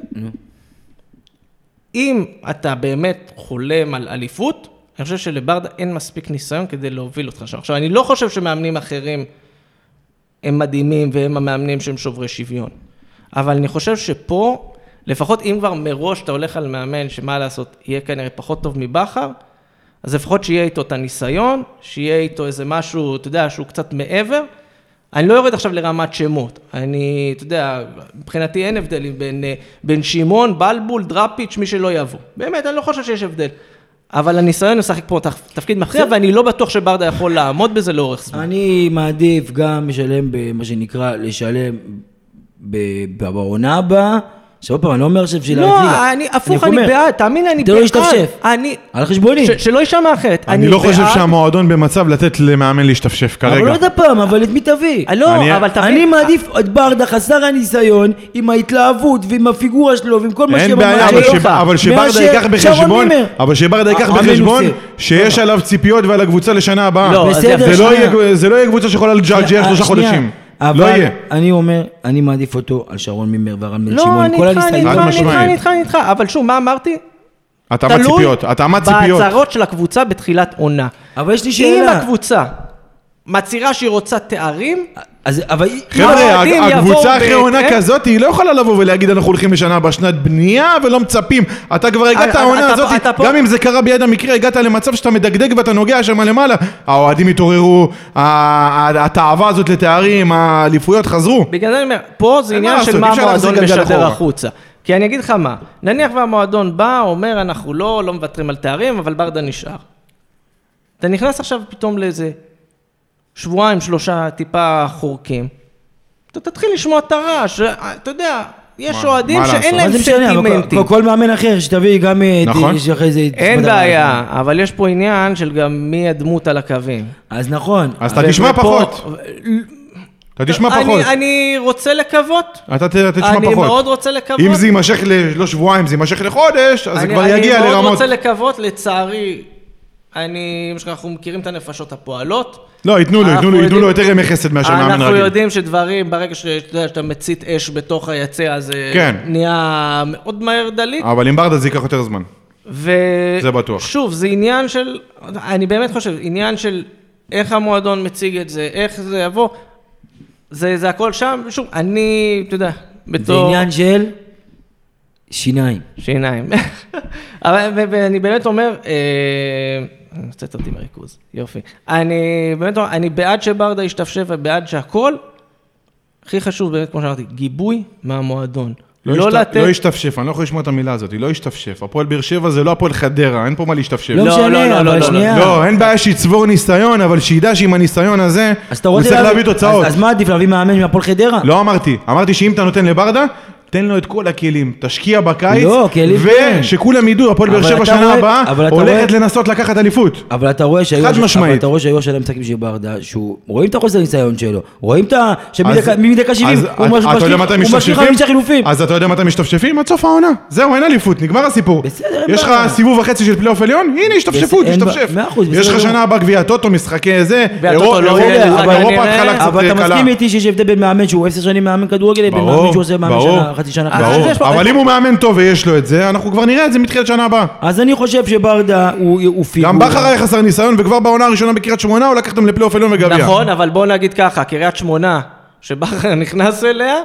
אם אתה באמת חולם על אליפות, אני חושב שלברדה אין מספיק ניסיון כדי להוביל אותך שם. עכשיו, אני לא חושב שמאמנים אחרים הם מדהימים והם המאמנים שהם שוברי שוויון. אבל אני חושב שפה, לפחות אם כבר מראש אתה הולך על מאמן שמה לעשות, יהיה כנראה פחות טוב מבכר, אז לפחות שיהיה איתו את הניסיון, שיהיה איתו איזה משהו, אתה יודע, שהוא קצת מעבר. אני לא יורד עכשיו לרמת שמות. אני, אתה יודע, מבחינתי אין הבדלים בין, אה, בין שמעון, בלבול, דראפיץ', מי שלא יבוא. באמת, אני לא חושב שיש הבדל. אבל הניסיון משחק פה תפ- תפקיד מכריע, ואני לא בטוח שברדה יכול לעמוד בזה לאורך זמן.
אני מעדיף גם לשלם במה שנקרא, לשלם ב- ב- בעונה הבאה, שעוד פעם, אני לא אומר עכשיו בשביל
לא, אני, הפוך, אני
אומר, לא
בעד, תאמין לי, אני
תן לו
בעד.
להשתפשף.
אני,
על חשבוני.
ש- שלא יישמע אחרת.
אני לא חושב
בעד-
שהמועדון במצב לתת למאמן להשתפשף
אבל לא
כרגע.
עוד הפעם, אבל את מי תביא?
לא,
אני-
אבל תבין.
אני מעדיף את ברדה חסר הניסיון, עם ההתלהבות ועם הפיגורה שלו ועם כל מה
אין
שהם
בעיה,
אמרו
אבל
עליך,
ש- אבל שברדה
מאשר
ייקח
שרון
בחשבון,
מימר. אה,
אבל שברדה ייקח
המנוסה.
בחשבון שיש עליו ציפיות ועל הקבוצה לשנה הבאה.
לא, אז
בסדר,
זה לא
שנייה.
יהיה- זה לא יהיה קבוצה שיכולה לג'עג'ע
שנייה, אה,
שלושה
שנייה.
חודשים.
אבל
לא יהיה.
אני אומר, אני מעדיף אותו על שרון מימר והרן בן
לא,
שמעון,
אני
כל
איתך, אני
הניסיון.
איתך, אני איתך,
משמעית.
אני איתך, אני איתך, אבל שוב, מה אמרתי?
התאמת ציפיות, התאמת ציפיות.
בהצהרות של הקבוצה בתחילת עונה.
אבל יש לי
אם
שאלה.
הקבוצה מצהירה שהיא רוצה תארים,
אז- אבל...
חבר'ה,
האוהדים
הק-
יבואו כן?
הקבוצה אחרי
בהתאם.
עונה כזאת, היא לא יכולה לבוא ולהגיד אנחנו הולכים לשנה הבאה שנת בנייה ולא מצפים. אתה כבר הגעת
אתה-
העונה
אה, אתה-
הזאת,
אתה פה-
גם אם זה קרה ביד המקרה, הגעת למצב שאתה מדגדג ואתה נוגע שם למעלה. האוהדים התעוררו, ה- ה- התאווה הזאת לתארים, האליפויות חזרו.
בגלל זה אני אומר, פה זה
אין מה
עניין של
לעשות,
מה
אי אפשר
המועדון
להחזיק גלגל
משדר
אחורה.
החוצה. כי אני אגיד לך מה, נניח והמועדון בא, אומר אנחנו לא, לא מוותרים על תארים, אבל ברדה נשאר. אתה נכנס עכשיו פתאום לאיזה שבועיים, שלושה טיפה חורקים, אתה תתחיל לשמוע את הרעש, אתה יודע, יש
מה-
אוהדים
מה לעשות?
שאין
מה
להם
זה משנה, אבל
סנטימנטים.
כל- כל מאמן אחר שתביא גם... אה,
נכון.
שאחרי זה יתפספס
אין
בדבר
בעיה,
הזה.
אבל יש פה עניין של גם מי הדמות על הקווים.
אז נכון.
אז אתה
ו-
תשמע
ופה-
פחות, אתה תשמע
אני-
פחות.
אני רוצה לקוות,
אתה ת- אתה תשמע פחות.
אני מאוד רוצה לקוות.
אם זה יימשך ל- לא שבועיים, זה יימשך לחודש, אז זה
אני-
כבר יגיע
אני מאוד
לרמות.
רוצה לקוות, לצערי, אני, מה שנקרא, אנחנו מכירים את הנפשות הפועלות.
לא, ייתנו לו,
אנחנו
ייתנו לו, ייתנו לו
יודעים-
יותר ימי חסד מאשר מאמן
אנחנו
רגיל.
יודעים שדברים, ברגע ש- שאתה יודע, שאתה מצית אש בתוך היצע, אז אה,
כן.
נהיה מאוד מהר דליק.
אבל עם ברדה זה ייקח יותר זמן.
ו...
זה בטוח.
שוב, זה עניין של, אני באמת חושב, עניין של איך המועדון מציג את זה, איך זה יבוא, זה, זה הכל שם, שוב, אני, אתה יודע,
זה
בתור...
עניין של שיניים.
שיניים. אבל ו- ואני באמת אומר, אה, הוצאת אותי מריכוז, יופי. אני באמת אומר, אני בעד שברדה ישתפשף ובעד שהכל, הכי חשוב באמת, כמו שאמרתי, גיבוי מהמועדון. לא
השת-
לתת...
לא השתפשף, אני לא יכול לשמוע את המילה הזאת, היא לא השתפשף. הפועל באר שבע זה לא הפועל חדרה, אין פה מה להשתפשף.
לא
לא, לא,
משנה,
לא,
אבל
לא,
שנייה.
לא, אין בעיה שיצבור ניסיון, אבל שידע שעם הניסיון הזה,
אז אתה
הוא
רוצה
צריך להביא תוצאות.
אז, אז מה עדיף, להביא מאמן מהפועל חדרה?
לא אמרתי, אמרתי שאם אתה נותן לברדה, תן לו את כל הכלים, תשקיע בקיץ,
לא, כלים כן.
ושכולם ידעו, הפועל באר
אבל
שבע
אתה
שנה
רואה-
הבאה,
אבל אתה
הולכת
רואה-
לנסות לקחת אליפות.
אבל אתה רואה שהיו...
חד משמעית.
אבל אתה רואה שהיו השנה משחקים של ברדה, שהוא... רואים את החוסר ניסיון שלו, רואים את ה...
אז-
שמדקה 70
אז
הוא
אתה-
משחק-
אתה יודע מתי
הוא משחק
משתפשפים?
חמישה חילופים.
אז אתה יודע מתי משתפשפים? עד סוף העונה. זהו, אין אליפות, נגמר הסיפור.
בסדר, אין
יש לך
בעיה.
סיבוב וחצי של פלייאוף עליון? הנה, השתפשפות,
בס- אין
משתפשף.
בעיה, מאה אחוז,
יש לך
בסדר.
שנה הבאה גביע טוטו, משחקי זה,
והטוטו
אירו-
לא
אירופה-
יהיה לך
אירופה
כנראה.
התחלה קצת
כן. אבל אתה
אה, קלה.
מסכים איתי שיש הבדל בין מאמן שהוא עשר שנים מאמן כדורגל לבין מאמן שהוא עושה מאמן שנה, חצי שנה. אחת.
ברור.
אז יש פה-
אבל
יש
אם הוא מאמן טוב ויש לו את זה, אנחנו כבר נראה את זה מתחילת שנה הבאה.
אז אני חושב שברדה הוא הוא פיגור.
גם בכר היה חסר ניסיון, וכבר בעונה הראשונה בקריית שמונה הוא לקח אותם לפלייאוף עליון וגביע.
נכון, אבל בואו נגיד ככה, קריית שמונה, שבכר נכנס אליה,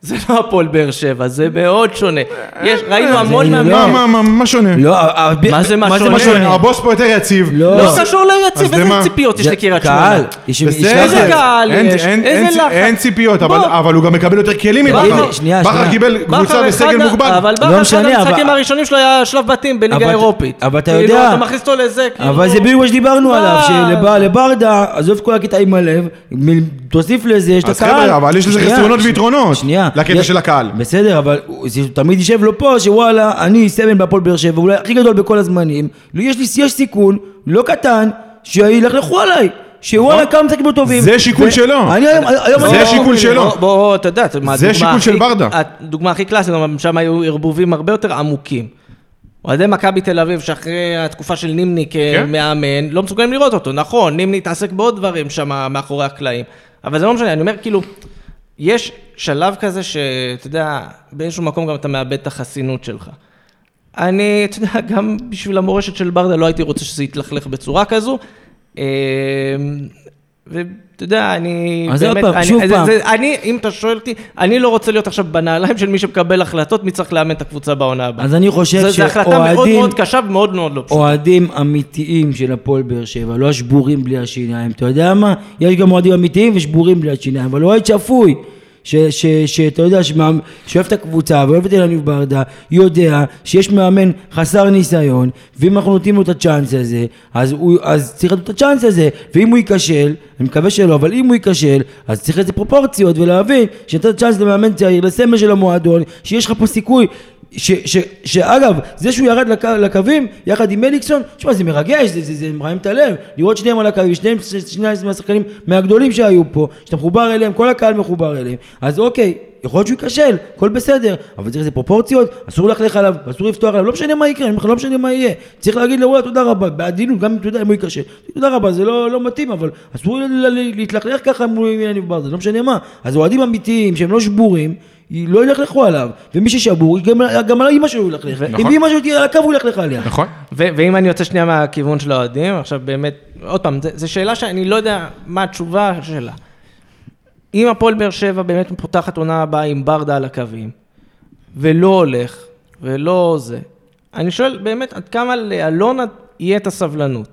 זה לא הפועל באר שבע, זה מאוד שונה. יש, ראינו המון
זה-
מה,
מאמנים.
לא, מה, מה, מה שונה?
לא, ה- ה-
מה זה מה שונה?
הבוס פה יותר יציב.
לא.
לא קשור ליציב,
אז
איזה
למה?
ציפיות יש
זה-
לקריית שמונה?
קהל, יש- יש
איזה
לחץ.
קהל
אין-
יש?
אין-
איזה
אין-
לחץ?
אין ציפיות, אבל-
בוא.
אבל הוא גם מקבל יותר כלים מבכר.
הנה, שנייה,
בכר
שנייה.
קיבל קבוצה
בכר
בסגל
אחד ה-
מוגבל.
אבל
לא
בכר אחד
משנה,
המשחקים
אבל-
הראשונים שלו היה שלב בתים בליגה
אבל-
האירופית.
אבל אתה
כאילו,
יודע-
אתה מכניס אותו לזה, כאילו...
אבל זה בדיוק מה שדיברנו
מה?
עליו, שלברדה, עזוב את כל הקטע עם הלב, מ- תוסיף לזה, יש את
אז
הקהל.
חבר'ה, אבל יש לזה
שנייה,
חסרונות
ש-
ויתרונות.
שנייה.
לקטע
יש-
של הקהל.
בסדר, אבל הוא- זה תמיד יישב לו פה, שוואלה, אני סמל בהפועל באר שבע, אולי הכי גדול בכל הזמנים, לא, יש לי יש סיכון, לא קטן, שילכלכו עליי. שוואלה, כמה משחקים לא טובים.
לא. זה שיקול
ו-
שלו.
אני היום- היום...
זה
אני-
בוא,
שיקול
לא- בוא,
שלו.
בוא, בוא, אתה יודע, אתה- מה,
זה
הדוגמה
שיקול של
הכי-
ברדה.
הדוגמה הכי קלאסית, גם שם היו ערבובים הרבה יותר עמוקים. אוהדי מכבי תל אביב, שאחרי התקופה של נימני
כן.
כמאמן, לא מסוגלים לראות אותו. נכון, נימני התעסק בעוד דברים שם מאחורי הקלעים. אבל זה לא משנה, אני אומר, כאילו, יש שלב כזה שאתה יודע, באיזשהו מקום גם אתה מאבד את החסינות שלך. אני, אתה יודע, גם בשביל המורשת של ברדה לא הייתי רוצה שזה יתלכלך בצורה כזו. אה, ואתה יודע, אני
אז עוד פעם, שוב
אני,
פעם.
זה, זה, אני, אם אתה שואל אותי, אני לא רוצה להיות עכשיו בנעליים של מי שמקבל החלטות מי צריך לאמן את הקבוצה בעונה הבאה.
אז אני חושב
זו- זו החלטה מאוד
שאוהדים-
מאוד קשה ומאוד מאוד לא פשוטה.
אוהדים אמיתיים של הפועל באר שבע, לא השבורים בלי השיניים. אתה יודע מה? יש גם אוהדים אמיתיים ושבורים בלי השיניים, אבל אוהד שפוי, ש- ש- שאתה יודע, שמה- שאוהב את הקבוצה ואוהב את אלניב ברדה, יודע שיש מאמן חסר ניסיון, ואם אנחנו נותנים לו את הצ'אנס הזה, אז, הוא, אז צריך לתת את הצ'אנס הזה, ואם הוא ייכשל, אני מקווה שלא, אבל אם הוא ייכשל, אז צריך איזה פרופורציות ולהבין שנתת צ'אנס למאמן צעיר, לסמל של המועדון, שיש לך פה סיכוי. ש, ש, שאגב, זה שהוא ירד לק, לקווים יחד עם מליקסון, תשמע זה מרגש, זה, זה, זה מרעם את הלב, לראות שניהם על הקווים, שניהם ש- שני מהשחקנים מהגדולים שהיו פה, שאתה מחובר אליהם, כל הקהל מחובר אליהם, אז אוקיי, יכול להיות שהוא ייכשל, הכל בסדר, אבל צריך איזה פרופורציות, אסור ללכלך עליו, אסור לפתוח עליו, לא משנה מה יקרה, אני אומר לך, לא משנה מה יהיה, צריך להגיד לו וואלה תודה רבה, בעדינות, גם אם אתה יודע אם הוא ייכשל, תודה רבה, זה לא, לא מתאים, אבל אסור ל- ל- ל- להתלכלך ככה מול יניב ברדה, לא משנה מה, אז אוהדים אמיתיים שהם לא שבורים, היא- לא ילכלכו עליו, ומי ששבור, גם, גם על אימא שלו הוא ילכלך,
נכון.
אם אימא שלו תהיה על הקו הוא ילכלך עליה.
נכון.
ו- ואם אני יוצא שנייה מהכיוון של האוהדים, עכשיו באמת, עוד פעם, זו שאלה שאני לא יודע מה התשובה שלה. אם הפועל באר שבע באמת פותחת עונה הבאה עם ברדה על הקווים, ולא הולך, ולא זה, אני שואל באמת עד כמה לאלונה יהיה את הסבלנות.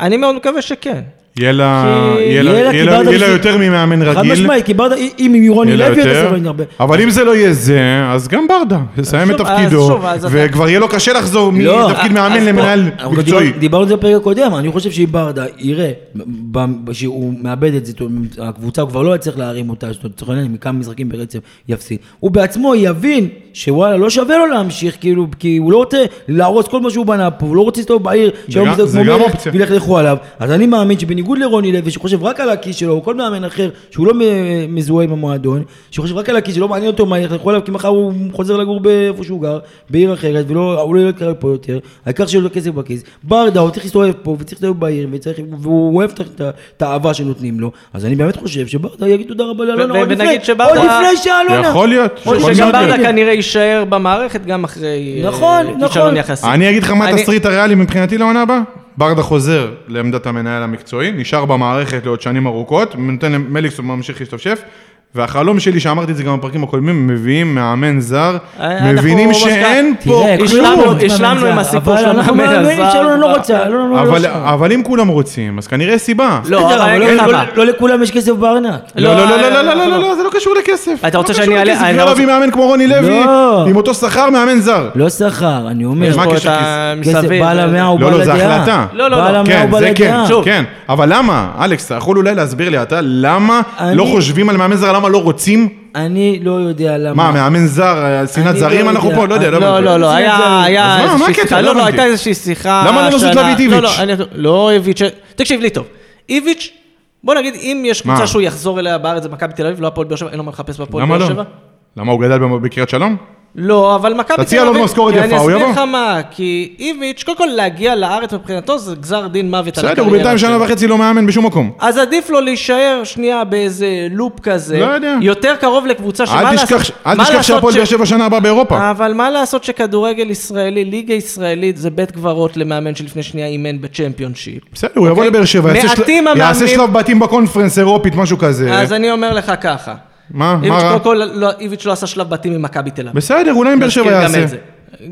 אני מאוד מקווה שכן.
יהיה לה
כי-
יהיה לה-
יהיה לה
יהיה לה-
קיבלת
יהיה לה
בשביל-
יותר ממאמן
חד
רגיל.
משמעית, כי ברדה, אם עם יורוני
יהיה לה
לוי אתה
יותר.
סובל הרבה.
אבל אם זה לא יהיה זה, אז גם ברדה יסיים את
שוב, אז
תפקידו,
שוב, אז אתה-
וכבר יהיה לו קשה לחזור
לא,
מתפקיד
אז
מאמן
פה-
למנהל
אנחנו
מקצועי.
דיבר- דיברנו על זה בפרק הקודם, אני חושב שאם ברדה יראה ב- ב- שהוא מאבד את זה, זאת אומרת, הקבוצה הוא כבר לא יצליח להרים אותה, זאת אומרת, לצורך העניין, מכמה משחקים ברצף יפסיד. הוא בעצמו יבין שוואלה, לא שווה לו להמשיך, כאילו, כי הוא לא רוצה להרוס כל מה שהוא בנה פה, הוא לא רוצה להסתובב בעיר, שהיום
גם-
זה
זה
כמו
גם
מלך,
אופציה.
וילכלכו עליו. אז אני מאמין שבניגוד בניגוד לרוני לוי, שחושב רק על הכיס שלו, או כל מאמן אחר, שהוא לא מ- מזוהה עם המועדון, שחושב רק על הכיס שלא מעניין אותו מה ילך, יכול להיות כי מחר הוא חוזר לגור באיפה שהוא גר, בעיר אחרת, ולא, הוא לא יקרה פה יותר, העיקר שיש לו כסף בכיס, ברדה, הוא צריך להסתובב פה, וצריך להסתובב בעיר, וצריך, והוא אוהב את- את ה- את האהבה שנותנים לו, אז אני באמת חושב שברדה יגיד תודה רבה לאלונה,
ו-
עוד לפני,
ונגיד שברדה-
עוד לפני שאלונה,
יכול להיות,
עוד
יכול
לפני
להיות.
שגם
שאלונה.
ברדה כנראה יישאר במערכת גם אחרי אה,
נכון,
כישלון
נכון.
יחסי.
אני אגיד לך מה
אני-
התסריט הריאלי מבחינתי לעונה הבאה. ברדה חוזר לעמדת המנהל המקצועי, נשאר במערכת לעוד שנים ארוכות, נותן למליקסון ממשיך להשתפשף, והחלום שלי, שאמרתי את זה גם בפרקים הקודמים, מביאים מאמן זר,
אה, אנחנו
מבינים
ממש
שאין
כאן.
פה...
תראה,
השלמנו-
כלום עם
השלמנו
המנזר,
עם הסיפור
אבל
של
אנחנו
המנזר
מאמינים שאלונה לא
כבר.
רוצה, אלונה לא
אבל,
רוצה.
אבל אם כולם רוצים, אז כנראה יש סיבה.
לא,
בסדר,
אבל אני
אבל
אגיד לך
לא-
מה.
לא- לא לכולם יש כסף בארנק.
לא, לא, לא,
אה,
לא, לא, לא, לא,
לא.
לא, לא, זה לא קשור לכסף.
אתה רוצה
לא קשור
שאני אעלה-
לכסף,
אני
אפשר
לא
להביא מאמן כמו רוני לוי,
לא.
עם אותו שכר מאמן זר.
לא שכר, אני אומר.
יש
מה
פה את
הקשר
כסף
המסביב.
בעל המאה הוא
לא,
בעל
לא,
הדעה.
זה החלטה.
אה, לא, לא,
בעל
לא.
המאה
כן,
הוא בעל
זה כן,
הדעה.
שוב.
כן. אבל למה, אלכס, אתה יכול אולי להסביר לי אתה, למה
אני-
לא חושבים על מאמן זר, למה לא רוצים?
אני לא יודע למה.
מה, מאמן זר, אה, שנאת
אני
זרים
לא
אנחנו
יודע.
פה? לא יודע, לא
לא,
הבנתי.
לא, לא,
זה
היה,
זה-
אז
היה
מה, מה
איזושהי
הקטע?
שיחה,
לא
לא, לא,
הבנתי.
הייתה איזושהי שיחה
למה לא לנסות
השנה-
להביא את
לא, לא,
איביץ'?
אני- לא איביץ', תקשיב לי טוב, איביץ', בוא נגיד, אם יש
מה?
קבוצה שהוא יחזור אליה בארץ, זה מכבי תל אביב, לא הפועל באר שבע, אין לו מה לחפש בהפועל
למה
באר
לא?
שבע.
למה הוא גדל במ- בקריית שלום?
לא, אבל מכבי
תציע לו משכורת
כי
יפה, הוא
אני
יבוא.
אסביר לך מה, כי איביץ', קודם כל להגיע לארץ מבחינתו זה גזר דין מוות על
בסדר, הוא
הקריירה
בינתיים
שלו.
שנה וחצי לא מאמן בשום מקום.
אז עדיף לו להישאר שנייה באיזה לופ כזה.
לא יודע.
יותר קרוב לקבוצה שמה
אל
לעשות...
תשכח ש- אל
מה
תשכח
לעשות
שהפועל
ש- אה,
באר שבע שנה הבאה באירופה.
אבל מה לעשות שכדורגל ישראלי, ליגה ישראלית, זה בית קברות למאמן שלפני שנייה אימן בצ'מפיונשיפ.
בסדר, הוא יבוא
אוקיי.
לבאר שבע, יעשה של-
מעטים
יעשה
המאמנים-
שלב בתים בקונפרנס אירופית, משהו כזה.
אז אני אומר לך ככה.
אה. מה?
איביץ'
מה רע?
קודם כל, לא- איביץ' לא עשה שלב בתים עם מכבי תל אביב.
בסדר, אולי עם באר שבע
נזכיר גם
יעשה.
את זה.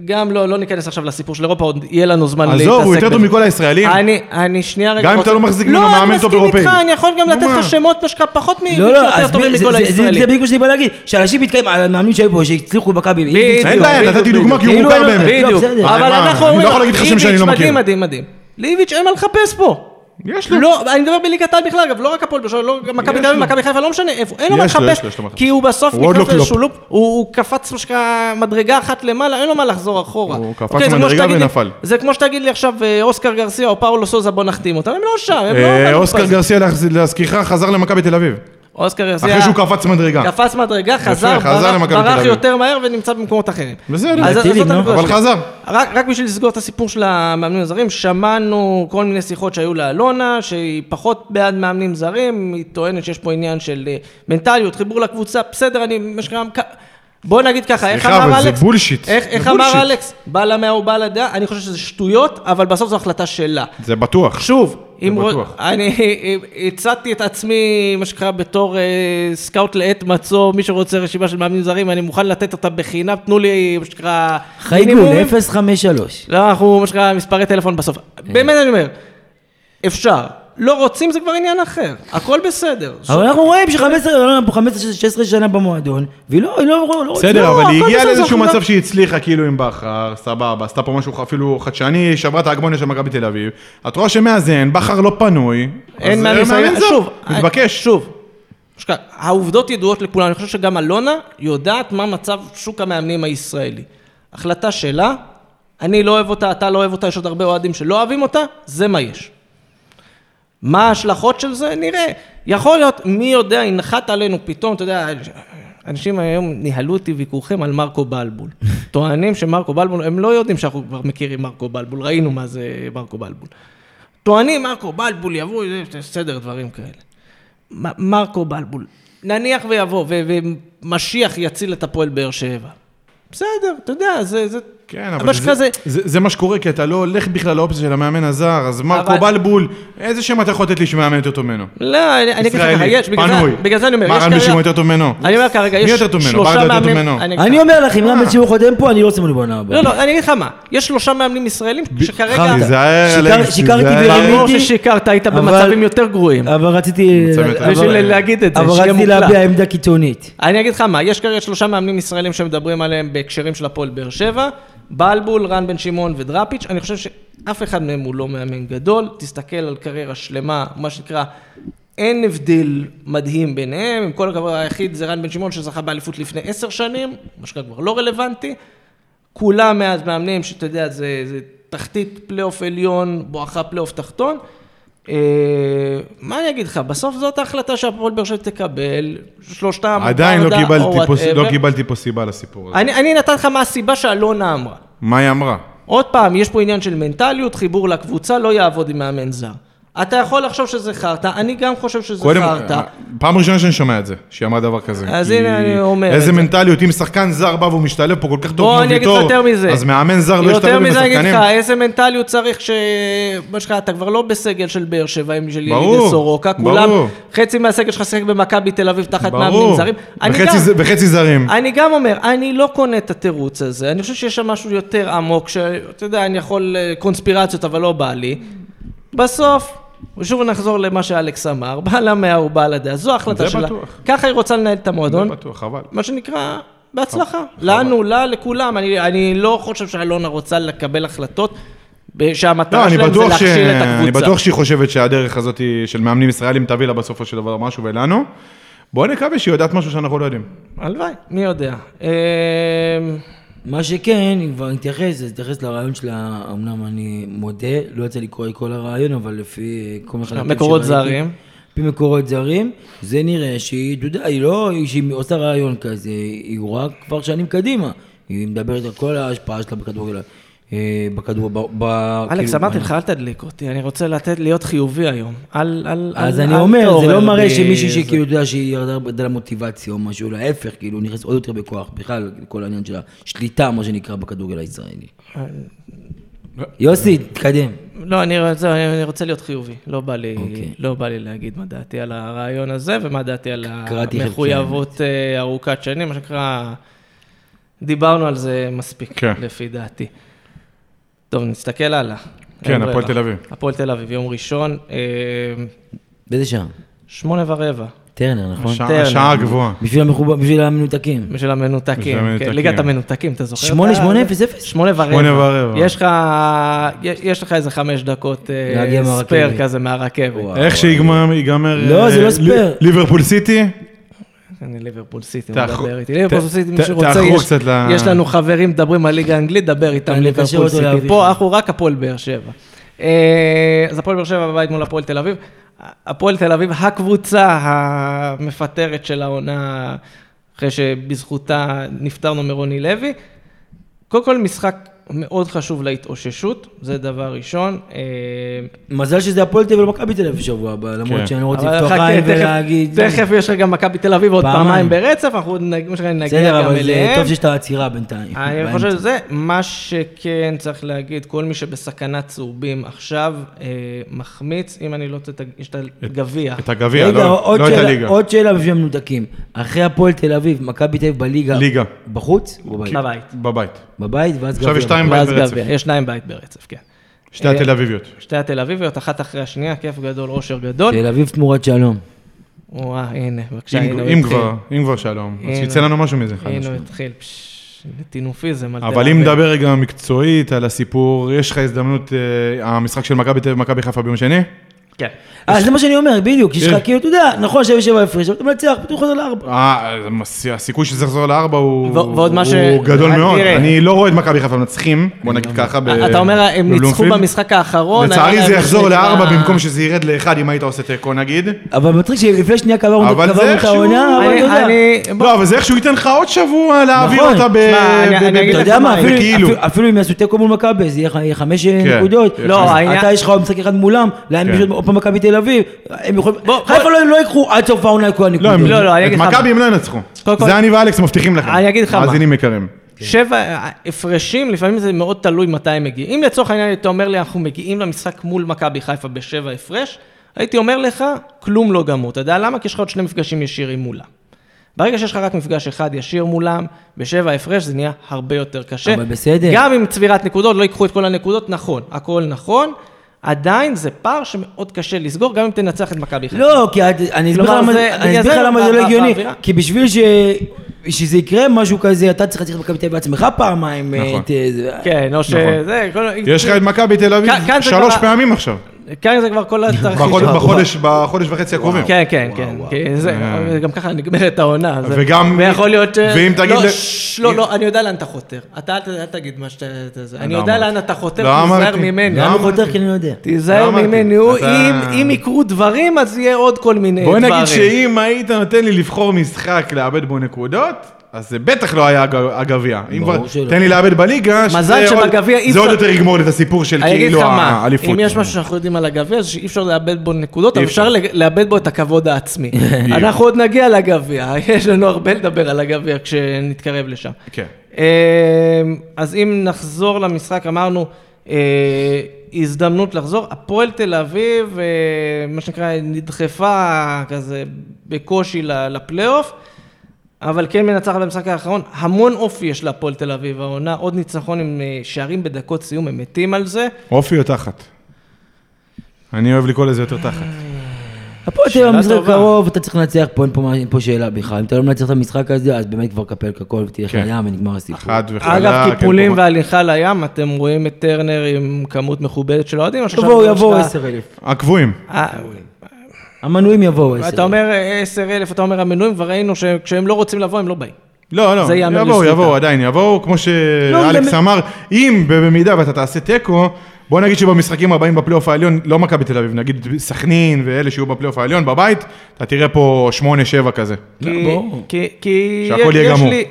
גם לא, לא ניכנס עכשיו לסיפור של אירופה, עוד יהיה לנו זמן להתעסק
עזוב, הוא יותר טוב
בזה.
מכל הישראלים.
אני, אני שנייה רגע
גם אם אתה לא מחזיק ממנו מאמן טוב
לא, אני
אירופאי.
מסכים איתך, אני יכול גם
נו,
לתת
מה?
לך שמות שאתה פחות מאיביץ'
לא, לא,
יותר
אז
טובים
זה-
מכל
זה- זה- זה
הישראלים.
בדיוק מה שאני בא להגיד, שאנשים מתקיימים על המאמנים שהיו פה, שהצליחו במכבי.
בדיוק.
אין בעיה,
בדיוק,
נתתי דוגמה כי הוא
כאילו
מוכר
לא-
באמת.
לא,
בדיוק,
בסדר.
אבל
מה,
אנחנו
אני
אומרים,
לא יכול להגיד לך שם שאני לא
איביץ',
מכיר.
מדהים, מדהים, מדהים. לאיביץ' אין מה לחפש פה.
יש לו.
לא, אני מדבר בליגת העל בכלל, אגב, לא רק הפועל באר שבע, לא גם מכבי
יש
תל אביב,
לו.
מכבי חיפה, לא משנה איפה, אין לו
יש
מה
לו,
לחפש,
יש לו, יש לו מה לחפש.
כי הוא בסוף
הוא עוד
נכנס
לא
לאיזשהו
קלופ.
לופ, הוא הוא קפץ מה שנקרא, מדרגה אחת למעלה, אין לו מה לחזור אחורה.
הוא קפץ
אוקיי, זה כמו
מדרגה
שתגיד לי-
ונפל.
זה כמו שתגיד לי עכשיו אה, אוסקר גרסיה או פאולו סוזה, בוא נחתים אותם, הם לא שם, הם לא...
אה,
בלופ
אוסקר
הזה.
גרסיה, להחז- להזכירך, חזר למכבי תל אביב.
אוסקר גרסיה...
אחרי שהוא קפץ מדרגה.
קפץ מדרגה, חזר,
חזר
ברח-
למכבי תל
ברח
אביב.
יותר מהר ונמצא במקומות אחרים.
בסדר.
אז- אז
טילים,
זאת
נו.
הנקודה
אבל
שלי.
חזר.
רק, רק בשביל לסגור את הסיפור של המאמנים הזרים, שמענו כל מיני שיחות שהיו לאלונה, שהיא פחות בעד מאמנים זרים, היא טוענת שיש פה עניין של אה, מנטליות, חיבור לקבוצה, בסדר, אני, מה שנקרא, כ- בוא נגיד ככה, איך
סליחה,
אמר
אבל זה
אלכס,
בולשיט.
איך,
זה
איך אמר
בולשיט.
אלכס, בעל המאה הוא בעל הדעה, אני חושב שזה שטויות, אבל בסוף זו החלטה שלה.
זה בטוח.
שוב, אם רוצ-
בטוח.
אני הצעתי את עצמי, מה שנקרא, בתור אה, סקאוט לעת מצוא, מי שרוצה רשימה של מאמנים זרים, אני מוכן לתת אותה בחינם, תנו לי, מה שנקרא,
חייגול,
מינימומים.
053.
לא, אנחנו, מה שנקרא, מספרי טלפון בסוף. באמת אני אומר, אפשר. לא רוצים זה כבר עניין אחר, הכל בסדר.
אבל אנחנו רואים לא, ש-15, אלונה פה 15-16 שנה במועדון, והיא לא, היא לא, לא רוצה.
בסדר,
לא,
אבל היא
הכל
הגיעה
בסדר,
לאיזשהו
אנחנו
מצב
גם-
שהיא הצליחה כאילו עם בכר, סבבה, עשתה פה משהו אפילו חדשני, שברה את ההגמוניה של מכבי תל אביב. את רואה שמאזן, בכר לא פנוי.
אין
אז
מה
זה
לסיים,
מאמן זר.
שוב, אה,
מתבקש.
שוב, שכ- העובדות ידועות לכולם, אני חושב שגם אלונה יודעת מה מצב שוק המאמנים הישראלי. החלטה שלה, אני לא אוהב אותה, אתה לא אוהב אותה, יש עוד הרבה אוהדים שלא אוהבים אותה, זה מה יש. מה ההשלכות של זה? נראה. יכול להיות, מי יודע, ינחת עלינו פתאום, אתה יודע, אנשים היום ניהלו איתי ויכוחים על מרקו בלבול. טוענים שמרקו בלבול, הם לא יודעים שאנחנו כבר מכירים מרקו בלבול, ראינו מה זה מרקו בלבול. טוענים מרקו בלבול יבוא, זה סדר דברים כאלה. מ- מרקו בלבול, נניח ויבוא, ו- ומשיח יציל את הפועל באר שבע. בסדר, אתה יודע, זה... זה
כן,
מה
אבל
שקרה
זה,
זה...
זה, זה, זה מה שקורה, כי אתה לא הולך בכלל לאופציה של המאמן הזר, אז מרקו
אבל-
בלבול, איזה שם אתה יכול לתת לי שמאמן יותר טוב ממנו?
לא, אני אני אגיד לך, ככה,
ישראלי,
יש, בגלל
פנוי.
זה- בגלל זה אני אומר, יש
מרן
כרגע-
בשמעון יותר טוב ממנו.
אני אומר כרגע,
מי
יש
יותר טוב ממנו?
שלושה
ברדה יותר טוב
מאמנים-
ממנו.
אני אגיד לך-
אני אומר לך,
אה.
אם רם בן שיעור חותם פה, אני לא רוצה ממנו בעונה הבאה.
לא, לא, אני אגיד לך מה, יש שלושה מאמנים ישראלים שכרגע...
חמת.
תיזהר,
שיקר-
אלכס,
שיקרתי
תיזהר.
ברימית.
ברור
ראיתי,
ששיקרת, היית
אבל-
במצבים יותר גרועים.
אבל רציתי...
מצב יותר
אבל-
בשביל להגיד את זה,
אבל
שיהיה
רציתי
מוקלט.
להביע עמדה קיצונית.
אני אגיד לך מה, יש כרגע שלושה מאמנים ישראלים שמדברים עליהם בהקשרים של הפועל באר שבע, בלבול, רן בן שמעון ודראפיץ', אני חושב שאף אחד מהם הוא לא מאמן גדול, תסתכל על קריירה שלמה, מה שנקרא, אין הבדל מדהים ביניהם, עם כל הכבוד היחיד זה רן בן שמעון שזכה באליפות לפני עשר שנים, מה שנקרא כבר לא רלוונטי, כולם מאז מאמנים שאתה יודע, זה, זה תחתית פלייאוף עליון, בואכה פלייאוף תחתון. אה, מה אני אגיד לך, בסוף זאת ההחלטה שהפועל באר שבע תקבל, שלושתם,
עדיין לא
ברדה,
קיבלתי
או
פה- לא
whatever.
קיבלתי פה סיבה לסיפור הזה.
אני, אני נתתי לך מה הסיבה שאלונה אמרה.
מה היא אמרה?
עוד פעם, יש פה עניין של מנטליות, חיבור לקבוצה, לא יעבוד עם מאמן זר. אתה יכול לחשוב שזה חרטא, אני גם חושב שזה
קודם,
חרטא.
פעם ראשונה שאני שומע את זה, שהיא אמרה דבר כזה.
אז
כי
הנה אני אומר
איזה
את זה.
מנטליות, אם שחקן זר בא והוא משתלב פה כל כך טוב
בוא
כמו
אני אגיד לך
ויטור,
יותר מזה.
אז מאמן זר לא ישתלב
יותר
עם
מזה אני אגיד
השחקנים.
לך, איזה מנטליות צריך ש... מה שלך, אתה כבר לא בסגל של באר שבע, עם של
ברור,
ילידי סורוקה. כולם,
ברור.
חצי מהסגל שלך שיחק במכבי תל אביב תחת מאמנים
ברור,
זרים. אני
וחצי
גם-
ז- וחצי זרים.
אני גם אומר, אני לא קונה את התירוץ הזה, אני חושב שיש שם משהו יותר עמוק, שאתה יודע, אני יכול אה, קונספירציות, אבל לא בא לי. בסוף, ושוב נחזור למה שאלכס אמר, בעל המאה הוא בעל הדעה, זו ההחלטה
זה
שלה.
בטוח.
ככה היא רוצה לנהל את המועדון,
זה לא בטוח, חבל.
מה שנקרא, בהצלחה.
אוקיי.
לנו, לה, לכולם, אני- אני לא חושב שאלונה רוצה לקבל החלטות. ב-
לא,
שהמטרה
אני
שלהם זה
בטוח, ש...
להכשיל את
אני
הקבוצה.
בטוח שהיא חושבת שהדרך הזאת היא של מאמנים ישראלים תביא לה בסופו של דבר משהו ולנו. בוא נקווה שהיא יודעת משהו שאנחנו לא יודעים.
הלוואי, מי יודע.
אוקיי,
אה,
מה שכן, אם כבר נתייחס, אז נתייחס לרעיון שלה, אמנם אני מודה, לא יצא לי לקרוא את כל הרעיון, אבל לפי כל מיני חלקים
מקורות
שראיתי-
זרים.
לפי מקורות זרים, זה נראה שהיא, אתה יודע, היא לא, שהיא עושה רעיון כזה, היא רואה כבר שנים קדימה. היא מדברת על כל ההשפעה שלה בכדורגל, אה, בכדור, ב... ב
אלכס,
כאילו,
אמרתי לך, אל תדליק אותי, אני רוצה לתת להיות חיובי היום. אל, אל,
אז
אל,
אני
אל
אומר, זה
תעורר
לא מראה
בי
שמישהי
זה.
שכאילו, אתה יודע, שהיא ירדה בדל המוטיבציה או משהו, להפך, כאילו, נכנס עוד יותר בכוח, בכלל, כל העניין של השליטה, מה שנקרא, בכדורגל הישראלי.
אה,
יוסי, תתקדם.
לא, אני רוצה, אני רוצה להיות חיובי. לא בא, לי,
אוקיי.
לא בא לי להגיד מה דעתי על הרעיון הזה ומה דעתי על
קראתי חלקי,
המחויבות אה, ארוכת שנים, מה שנקרא, דיברנו על זה מספיק,
כן.
לפי דעתי. טוב, נסתכל הלאה.
כן,
אין
הפועל
ברירה.
תל אביב.
הפועל תל אביב, יום ראשון, אה,
באיזה שעה?
שמונה ורבע.
טרנר, נכון?
השעה-
טרנר.
השעה הגבוהה.
בשביל המחובר, בשביל המנותקים.
בשביל המנותקים,
בשביל
כן,
המנותקים.
ליגת המנותקים, אתה זוכר?
שמונה,
אתה-
שמונה, אפס, אפס?
שמונה ורבע.
שמונה ורבע.
יש לך, יש לך איזה חמש דקות אה,
להגיע
ספייר
מהרכבת.
כזה מהרכבת.
וואו.
איך שיגמר, ייגמר...
לא,
אה,
זה לא
ל-
ספייר.
ליברפול סיטי?
אני ליברפול סיטי, הוא
תאחרו-
מדבר איתי.
ת-
ליברפול סיטי, מי
ת-
שרוצה,
תאחרו
יש-
קצת ל-
יש לנו חברים, מדברים על ליגה האנגלית, דבר איתם
כן, אני אקשר
ליברפול
אותו לאביך.
סיטי. פה אנחנו רק הפועל באר שבע. אה, אז הפועל באר שבע בבית מול הפועל תל אביב. הפועל תל אביב, הקבוצה המפטרת של העונה, אחרי שבזכותה נפטרנו מרוני לוי. קודם כל, משחק מאוד חשוב להתאוששות, זה דבר ראשון. אה,
מזל שזה הפועל תל אביב ומכבי תל אביב בשבוע הבא, למרות
כן.
שאני לא רוצה
אבל
לפתוח
חכה,
עין
תכף-
ולהגיד...
תכף יש לך גם מכבי תל אביב עוד
פעמיים.
פעמיים ברצף, אנחנו נג- מה שנקרא, נגיע
בסדר,
גם
אבל זה
אליהם. אה,
טוב שיש את העצירה בינתיים.
אני
באמצע.
חושב שזה מה שכן צריך להגיד, כל מי שבסכנת צהובים עכשיו אה, מחמיץ, אם אני לא טועה, יש את הגביע.
את הגביע,
רגע,
לא
עוד
לא את
שאלה-
הליגה.
עוד שאלה בשביל המנותקים. אחרי הפועל תל אביב, מכבי תל אביב בליגה.
ליגה.
בחוץ? או לא
בבית.
בבית?
בבית.
בבית, ואז
עכשיו
גביע.
יש כאילו, שתיים
ואז
בית ברצף.
גביע, יש שניים בית ברצף, כן.
שתי
אה,
התל אביביות.
שתי התל אביביות, אחת אחרי השנייה, כיף גדול, אושר גדול.
תל אביב תמורת שלום.
וואה, הנה, בבקשה,
אם
כן, הנה הוא
אם
התחיל.
כבר, אם כבר שלום. אז
הנה.
שיצא לנו משהו מזה. חד
הנה הוא
משמעית.
התחיל, פשש, טינופיזם על תל אביב.
אבל אם נדבר רגע מקצועית על הסיפור, יש לך הזדמנות, אה, המשחק של מכבי תל אביב ומכבי חיפה ביום שני?
כן.
אה, זה מה שאני אומר, בדיוק. יש
כן.
לך כאילו, אתה יודע, נכון, שבע שבע הפרש, אבל אתה מנצח, פתאום חוזר לארבע.
אה, המס- הסיכוי שזה יחזור לארבע הוא,
ו- ועוד מה
הוא
ש-
גדול
רק
מאוד.
תראה. לא
אני לא רואה את מכבי חיפה מנצחים, בוא נגיד ככה. ב-
אה, אתה אומר, הם ניצחו
בבלומפילד.
במשחק האחרון. היה
לצערי
להם
זה יחזור
משחק
לארבע
ב- אה,
במקום שזה ירד לאחד אם היית עושה תיקו נגיד.
אבל מצחיק שלפני שנייה קבענו
אבל זה
קבענו את
איכשהו-
העונה, אבל
אני-
אתה יודע.
אני... בוא,
לא, אבל זה איכשהו ייתן לך עוד שבוע להעביר
נכון.
אותה ב...
תשמע, אני-
ב-
אני
ב-
אגיד
אתה
ב-
יודע מה,
זה
אפילו-
כאילו.
אפילו- אפילו אם יעשו תיקו מול מכבי, זה יהיה ח- יהיה חמש אה,
כן.
נקודות.
יהיה
חמש.
אתה יש לך עוד משחק אחד מולם, להם
כן.
פשוט עוד פעם מכבי תל אביב, הם יכולים...
בוא,
חיפה לא- לא ייקחו עד סוף העונה את כל
לא,
הנקודות.
הם-
לא, לא, אני
את
אגיד לך
מכבי
מה.
הם לא ינצחו.
קודם כל-
זה אני ואלכס מבטיחים לכם.
אני אגיד לך מה.
מאזינים יקרים.
שבע הפרשים, לפעמים זה מאוד תלוי מתי הם מגיעים. אם לצורך העניין אתה אומר לי, אנחנו מגיעים למשחק מול מכבי חיפה בשבע הפרש, הייתי אומר לך, כלום לא גמור. אתה יודע למה? כי יש לך עוד שני מפגשים ישירים מולה. ברגע שיש לך רק מפגש אחד ישיר מולם, בשבע הפרש זה נהיה הרבה יותר קשה.
אבל בסדר.
גם עם צבירת נקודות, לא ייקחו את כל הנקודות, נכון, הכל נכון. עדיין זה פער שמאוד קשה לסגור, גם אם תנצח את מכבי חיפה.
לא, כי את- אני אסביר לך
כלומר,
למה-
זה-
אני
בגלל
אסביר לך
זה
למה
בא-
זה לא
בא-
הגיוני.
באווירה.
כי בשביל ש- שזה יקרה משהו כזה, אתה צריך להצליח במכבי תל אביב בעצמך פעמיים. אה,
נכון.
את, אה, זה-
כן, או שזה... כל-
יש לך את מכבי תל אביב
כאן- כאן זה
שלוש
כבר-
פעמים עכשיו.
כן, זה כבר כל התרחיש.
בחודש- בחודש- בחודש וחצי הקרובים.
כן, כן, כן. כי זה-
אה.
גם ככה נגמרת העונה. זה-
וגם-
ויכול להיות ש...
ואם תגיד
לא,
ל-
שש, לא, לא, אני יודע לאן אתה חותר. אתה אל ת- אל תגיד מה שאתה... זה- זה. אני
לא
יודע
אמרתי.
לאן אתה חותר,
לא
תיזהר
אמרתי.
ממני.
לא
לאן הוא
אמרתי.
חותר? כי אני לא יודע.
תיזהר
אמרתי.
ממני,
אתה-
אם אם יקרו דברים, אז יהיה עוד כל מיני
בוא
דברים.
נגיד שאם היית נותן לי לבחור משחק לאבד בו נקודות, אז זה בטח לא היה הג- הגביע. אם
ברור
כבר
שלא.
תן לי לאבד בליגה, שזה
מזל
עוד-
שבגביע אי
זה עוד
אפשר-
יותר יגמור לי את הסיפור של
אני אגיד לך
כאילו
מה,
האליפות.
אם יש משהו שאנחנו יודעים על הגביע, זה שאי אפשר לאבד בו נקודות, אבל
אי אפשר.
אפשר לג- לאבד בו את הכבוד העצמי. אנחנו עוד נגיע לגביע, יש לנו הרבה לדבר על הגביע כשנתקרב לשם.
כן.
אמ, אז אם נחזור למשחק, אמרנו, אה, הזדמנות לחזור. הפועל תל אביב, אה, מה שנקרא, נדחפה כזה בקושי ל- לפלייאוף, אבל כן מנצחת במשחק האחרון. המון אופי יש להפועל תל אביב העונה, עוד ניצחון עם אה, שערים בדקות סיום, הם מתים על זה.
אופי או תחת? אני אוהב לקרוא לזה יותר תחת.
אה,
הפועל תל
שאלה
אביב משחק
טובה.
קרוב, אתה צריך לנצח פה, אין פה מה- אין פה שאלה בכלל. אם אתה לא מנצח את המשחק הזה, אז באמת כבר קפל ככל ותלך
כן.
לים ונגמר הסיפור.
חד וחלק. כן,
אגב, טיפולים והליכה לים, אתם רואים את טרנר עם כמות מכובדת של אוהדים. עכשיו
יבואו,
יש
יבואו
לה-
10,000.
הקבועים.
אה,
המנויים יבואו 10,000.
אתה אומר 10,000, אתה אומר המנויים, כבר ראינו שכשהם לא רוצים לבוא, הם לא באים.
לא, לא,
זה לא, ייאמר
יבואו,
לזכותם.
יבואו, עדיין יבואו, כמו שאלכס
גם-
אמר, אם במידה ואתה תעשה תיקו, בוא נגיד שבמשחקים הבאים בפלייאוף העליון, לא מכבי תל אביב, נגיד סכנין ואלה שיהיו בפלייאוף העליון בבית, אתה תראה פה 8-7
כן,
כזה.
כי-
ברור.
כי- כי
שהכל
יש
יהיה גמור.
לי-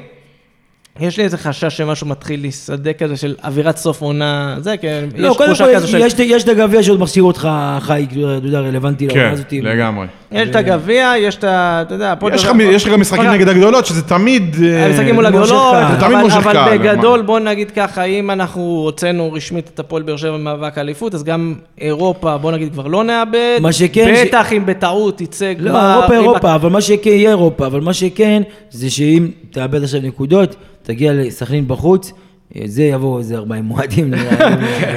יש לי איזה חשש שמשהו מתחיל להיסדק כזה של אווירת סוף עונה, זה כן,
לא,
יש
קודם
תחושה
כל,
כזו של...
יש- יש את הגביע שעוד מכשיר אותך חי, כאילו, אתה יודע, רלוונטי לעונה
כן,
הזאת.
לגמרי.
יש את הגביע, יש את ה... אתה יודע, הפועל
יש
תל
לך-
אביב-
יש לך גם משחקים
אבל-
נגד הגדולות, שזה תמיד... אה,
המשחקים מול
מושך
הגדולות,
קהל.
זה תמיד
אבל,
מושך
אבל
קהל,
בגדול
לגמרי.
בוא נגיד ככה, אם אנחנו הוצאנו רשמית את הפועל באר שבע ממאבק האליפות, אז גם אירופה בוא נגיד כבר לא נאבד,
מה שכן, ש-
בטח אם בטעות יצא
לא,
כבר,
אירופה
אם
אירופה, אבל מה שכן, יהיה אירופה, אבל מה שכן, זה שאם תאבד עכשיו נקודות, תגיע לסכנין בחוץ, אה, זה יבואו איזה 40 מועדים. נראה לי.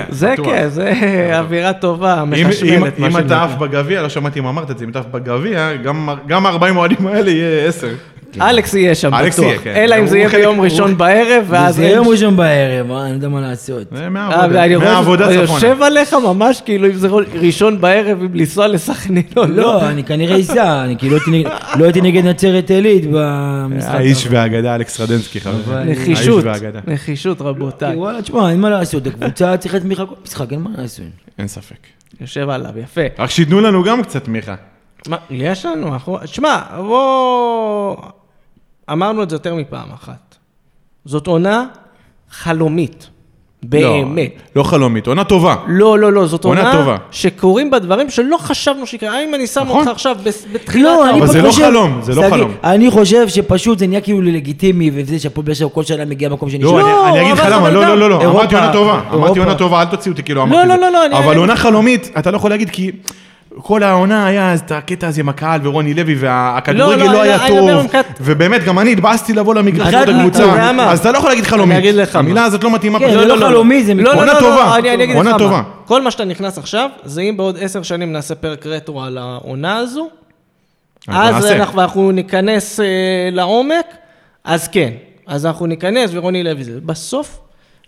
זה
בטוח.
כן, זה אווירה טובה,
אם-
מחשמלת.
אם-
מה
אם
שנקרא.
אתה עף בגביע, לא שמעתי אם אמרת את זה, אם אתה עף בגביע, גם- גם ה-40 אוהדים האלה יהיה 10.
כן.
אלכס יהיה שם
אלכס יהיה,
בטוח,
כן.
אלא אם
הוא
זה יהיה
חלק-
ביום
הוא-
ראשון בערב, ואז
זה
אין-
יום ראשון בערב, אה, אני לא יודע מה לעשות.
זה
אה, אני
מהעבודה,
רואה-
מהעבודה
אני
צפונה.
יושב עליך ממש כאילו אם זה ראשון בערב, אם לנסוע לסכנין או לא.
לא, אני כנראה אסע, אני כאילו לא הייתי נגד- לא הייתי נגד נצרת עילית במשחק.
האיש והאגדה אלכס רדנסקי חבר.
אבל-
נחישות,
האיש והאגדה.
נחישות רבותיי.
וואלה, תשמע, אין מה לעשות, הקבוצה צריכה תמיכה כל משחק, אין מה לעשות.
אין ספק.
יושב עליו, יפה.
רק שייתנו לנו גם קצת מיכה.
מה, יש לנו, אנחנו... שמע, בוא... אמרנו את זה יותר מפעם אחת. זאת עונה חלומית. באמת.
לא, לא חלומית, עונה טובה.
לא, לא, לא, זאת
עונה
עונה
טובה.
שקורים בה דברים שלא חשבנו שיקרה. אם אני שם
נכון.
אותך עכשיו בס- בתחילת...
לא,
העונה-
אני
אבל זה
פשוט
לא
חושב-
חלום, זה לא
שגיא,
חלום.
אני חושב שפשוט זה נהיה כאילו לגיטימי, וזה שהפועל באר שבע כל שנה מגיע למקום שנשאר.
לא, אני- אני
אבל
אגיד לך
זה
למה,
בן
לא,
אדם.
לא, לא, לא, אמרתי
אירופה,
עונה טובה, אמרתי
אירופה.
עונה טובה, אל תוציאו אותי כאילו אמרתי
לא,
את
לא,
זה.
לא, לא, אני-
אבל
אני-
עונה חלומית, אתה לא יכול להגיד כי כל העונה היה אז את הקטע הזה עם הקהל ורוני לוי,
לא,
והכדורגל
לא,
לא
אני-
היה
אני מדבר
טוב,
מבחינת-
ובאמת, גם אני התבאסתי לבוא למגרש
מבחינת-
עוד
אתה יודע
הקבוצה,
מה?
אז אתה לא יכול להגיד
אני אגיד
חלומית,
לך מה.
המילה הזאת לא מתאימה
כן,
פה.
זה לא חלומי, זה
לא,
מיקרו.
לא,
עונה
לא, לא,
טובה.
אני אני אגיד לך
עונה
מה.
טובה.
כל מה שאתה נכנס עכשיו, זה אם בעוד עשר שנים נעשה פרק רטרו על העונה הזו,
אז
אז
נעשה.
אנחנו אנחנו ניכנס אה, לעומק, אז כן. אז אנחנו ניכנס, ורוני לוי זה. בסוף,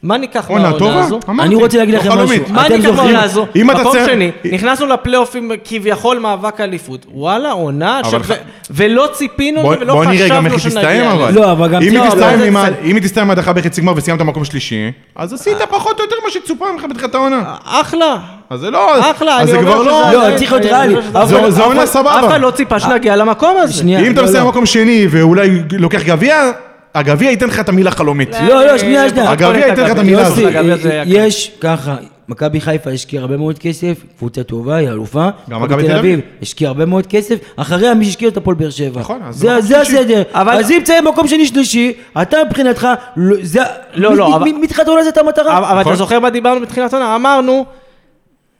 מה ניקח
עונה
מהעונה
טובה,
הזו?
אמרתי,
אני רוצה להגיד
לא
לכם
חלומית.
משהו.
מה
אתם
אני
זוכרים-
כמובן לעזור?
אם אתה
מקום
צריך-
שני, נכנסנו לפלייאוף עם כביכול מאבק אליפות. וואלה, עונה,
אבל
עכשיו,
ח-
ו- ולא ציפינו
בוא-
ולא
בוא נראה גם
חשבנו
איך היא
שנגיע
תסתיים
לזה.
אבל.
לא, אבל גם-
אם
לא,
היא
אבל
תסתיים
זה
עם ה-
קצת-
אם היא תסתיים עד אחת בחצי גמר וסיימת מקום שלישי, אז עשית פחות או יותר מה שצופה ממך בתחילת העונה.
אחלה.
אז זה לא...
אחלה,
אז
אני
זה
אומר
כבר
שזה
לא...
לא,
עדיין-
צריך להיות
אני
ריאלי.
חושב שזה-
אבל-
זו-
אבל-
זו עונה סבבה.
אף אחד לא ציפה שנגיע למקום הזה.
שנייה.
אם אתה
לא,
מסיים
לא.
במקום שני ואולי לוקח גביע, הגביע ייתן לך את המילה חלומית.
אה,
לא, לא, שנייה, שנייה.
הגביע ייתן לך את המילה
יוסי, אה,
הזאת.
הגביע זה היה קל.
יש ככה, מכבי חיפה השקיעה הרבה מאוד כסף, קבוצה טובה, היא אלופה.
גם מכבי תל אביב.
השקיעה הרבה מאוד כסף, אחריה מי שהשקיע את הפועל באר שבע.
נכון, אז
זה
מקום
זה
שלישי.
הסדר.
אבל-
אז אם תהיה מקום שני שלישי, אתה מבחינתך, לא, זה...
לא, לא,
מ-
אבל-
מ- מתחילת העונה זאת המטרה.
אבל אה, אבל אתה
נכון.
זוכר מה דיברנו בתחילת העונה? אמרנו,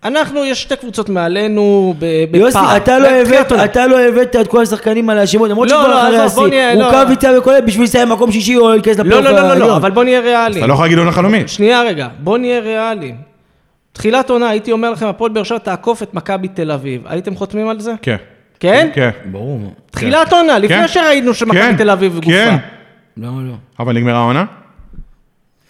אנחנו, יש שתי קבוצות מעלינו ב- בפער.
יוסי, אתה לא
בתחילת
הבאת-
אה, העונה.
אתה לא הבאת את כל השחקנים על השמות, למרות
לא,
שכבר
לא,
אחרי
עזוב, בוא נהיה-
השיא.
לא.
רוקאביצה וכל אלה בשביל לסיים מקום שישי או להיכנס
לא,
לפלייאוף
לא, לא, לא, לא,
העליון.
אבל בוא נהיה ריאליים.
אתה לא יכול להגיד עונה חלומית.
שנייה רגע, בוא נהיה ריאליים. תחילת עונה, הייתי אומר לכם, הפועל באר שבע תעקוף את מכבי תל אביב. הייתם חותמים על זה?
כן.
כן?
כן.
ברור.
תחילת עונה, לפני
כן.
שראינו
כן.
שמכבי תל אביב גופה.
כן.
למה לא?
אבל נגמרה העונה?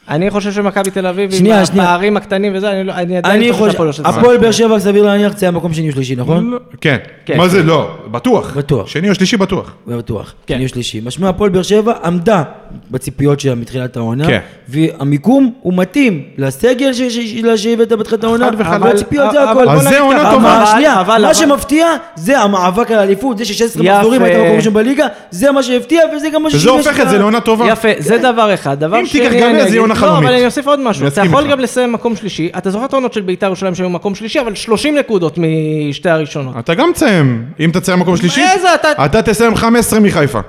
אני חושב שמכבי תל אביב,
שנייה,
עם
שנייה.
הפערים הקטנים וזה, אני לא- אני
אני
עדיין חושב
חושב,
שהפועל עושה את זה.
הפועל באר שבע סביר להניח זה המקום שני או שלישי, נכון?
לא, כן.
כן.
מה זה לא? בטוח.
בטוח.
שני או שלישי בטוח.
לא בטוח,
כן.
שני או שלישי. משמע הפועל באר שבע עמדה בציפיות שלה מתחילת העונה,
כן.
והמיקום הוא מתאים לסגל ש- ש- שלה שהבאת בתחילת העונה,
וחלק.
והציפיות זה
אבל-
הכל.
אבל
אה, אז
בוא
זה
נגיד
עונה
ככה,
טובה.
אבל
אבל-
שנייה,
אבל-
מה
אבל-
שמפתיע זה המאבק על האליפות, זה ש-16
יפה.
מחזורים הייתה מקום ראשון בליגה, זה מה שהפתיע וזה גם מה
וזה
ששימש
הופך את זה לעונה טובה. כן.
יפה, זה דבר אחד. דבר
אם
שני,
תיקח גביע,
אני
זה
אגיד-
עונה
לא,
חלומית.
אבל אני אוסיף עוד משהו.
אני
אתה
מסכים
יכול
איתך.
גם לסיים מקום שלישי. אתה זוכר את העונות של בית"ר ירושלים שהיו מקום שלישי, אבל 30 נקודות משתי הראשונות.
אתה גם תסיים. אם אתה תסיים מקום שלישי,
איזה אתה-
אתה תסיים 15 מחיפה.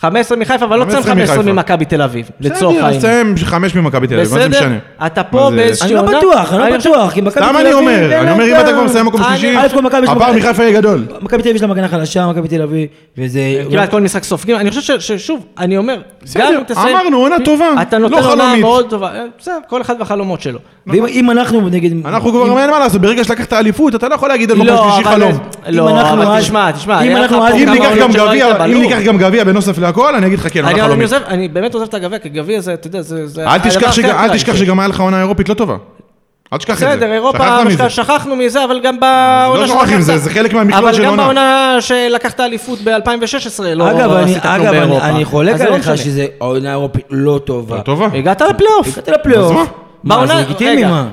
15 מחיפה, אבל לא תסיים
15
15
מחיפה.
ממכבי תל אביב, לצורך
בסדר, אז
העניין.
תסיים 5 ממכבי תל אביב, מה זה
בסדר?
משנה?
אתה
מה
פה
זה-
באיזושהי
אני לא בטוח, אני לא
חושב-
בטוח, כי מכבי תל
סתם
אביב...
אני אומר,
אין
אני
לה
אומר
את
אם אתה
ה-
כבר מסיים מקום
אני-
שלישי,
אלף כל מכבי יש
הפער
מכבי-
מחיפה יהיה גדול.
מכבי תל אביב יש לה מגנה חלשה, מכבי תל אביב, וזה...
כן,
כמעט כל משחק סופגים, אני חושב ש- ששוב, אני אומר,
בסדר,
גם אם תסיים-
אמרנו, עונה טובה,
אתה
לא
נותן עונה
חלומית.
מאוד טובה, אה, בסדר, כל אחד והחלומות שלו.
ואם אם אנחנו נגד...
אנחנו כבר, אין מה לעשות, ברגע שלקחת אליפות, אתה לא יכול להגיד על מקום
לא,
שלישי
אבל-
חלום.
אם
לא,
אנחנו
אבל
אז-
תשמע, תשמע,
אם
היה לך
אנחנו
פה
אז-
כמה
אם
כמה
ניקח
עונות
גם
שלא היית
גביע,
בה,
אם
לא.
ניקח גם גביע בנוסף להכל, אני אגיד לך כן,
אני,
עונה
אני,
חלומית.
עוזב, אני באמת עוזב את הגביע, כי גביע זה, אתה יודע, זה... זה
אל תשכח
הדבר
שגם-
הכי
אל
אקראי
תשכח
שלי.
שגם היה לך עונה אירופית לא טובה. אל תשכח את זה.
כן. בסדר, אירופה,
שכחת
מה
מזה. לא
שנקרא, שכחנו מזה, אבל גם בעונה
שוכחים, זה- זה חלק מהמכלול של
אבל גם
עונה.
בעונה שלקחת אליפות ב-2016, לא
אגב,
לא
אני-
עשית כלום
אגב, אני-
באירופה.
אני חולק
אז זה לא
עליך
משנה.
שזה עונה אירופית לא טובה.
לא טובה.
הגעת לפלייאוף.
הגעת לפלייאוף.
אז מה?
מה, זה
בעונה-
לגיטימי,
רגע.
מה?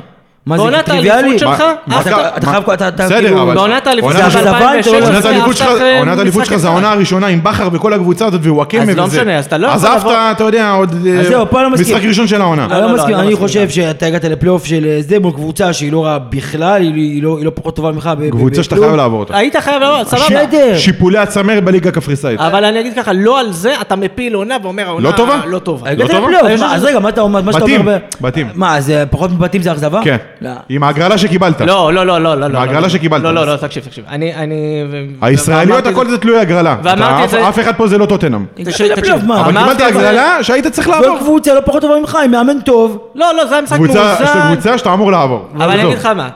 מה, זה
בעונת
טריוויאלי?
האליפות שלך?
מה, אתה-
מה-
אתה חייב... אתה- אתה
בסדר,
כאילו-
אבל-
בעונת האליפות
עונת
שלך
האליפות-
ב-2016,
עונת האליפות שלך-
הפסח, אה,
עונת האליפות
משחק
שלך זה
אחד.
העונה הראשונה עם בכר וכל הקבוצה הזאת
אז
ועוואקמה
לא
וזה.
משנה, אז אתה לא יכול
עזבת,
לבוא-
אתה יודע, עוד אה,
אז זהו, פה אני לא מסכים.
משחק ראשון של העונה.
אני
לא,
לא
לא,
מסכים,
אני לא
אני
מסכים
חושב
איתך.
שאתה הגעת לפלייאוף של אה, זה מול קבוצה שהיא לא רעה בכלל, היא- היא לא- היא לא פחות טובה ממך. ב- ב-
קבוצה שאתה
בכלום.
חייב לעבור אותה.
היית חייב לבוא, סבבה.
בסדר.
שיפולי הצמר בליגה הקפריסאית.
אבל אני אגיד ככה, לא על זה אתה מפיל עונה ואומר העונה
לא טובה?
לא טובה.
אה, הגעת
לא טובה?
לפלייאוף, מה, אז רגע, מה אתה אומר? מה שאתה
בתים,
אומר ב-
בתים.
מה, זה פחות מבתים זה אכזבה?
כן.
לא.
עם ההגרלה שקיבלת.
לא, לא, לא, לא, לא, לא.
בהגרלה
לא.
שקיבלת.
לא, לא, לא, תקשיב, תקשיב. אני, אני... ו-
הישראליות
ואמרתי
הכל
את
זה תלוי הגרלה.
ואמרתי
אתה-
את
אף-
זה-
אף אחד פה זה לא טוטנאם.
הגעת
תקשיב,
לפלייאוף,
תקשיב.
מה?
אבל
אמרתי
קיבלת
את זה-
הגרלה שהיית צריך
זו
לעבור.
קבוצה לא פחות טובה ממך, עם מאמן טוב.
לא, לא, זה היה משחק מאוזן.
קבוצה, יש לו קבוצה לא. שאתה אמור לעבור.
אבל אני
טוב.
אגיד לך מה,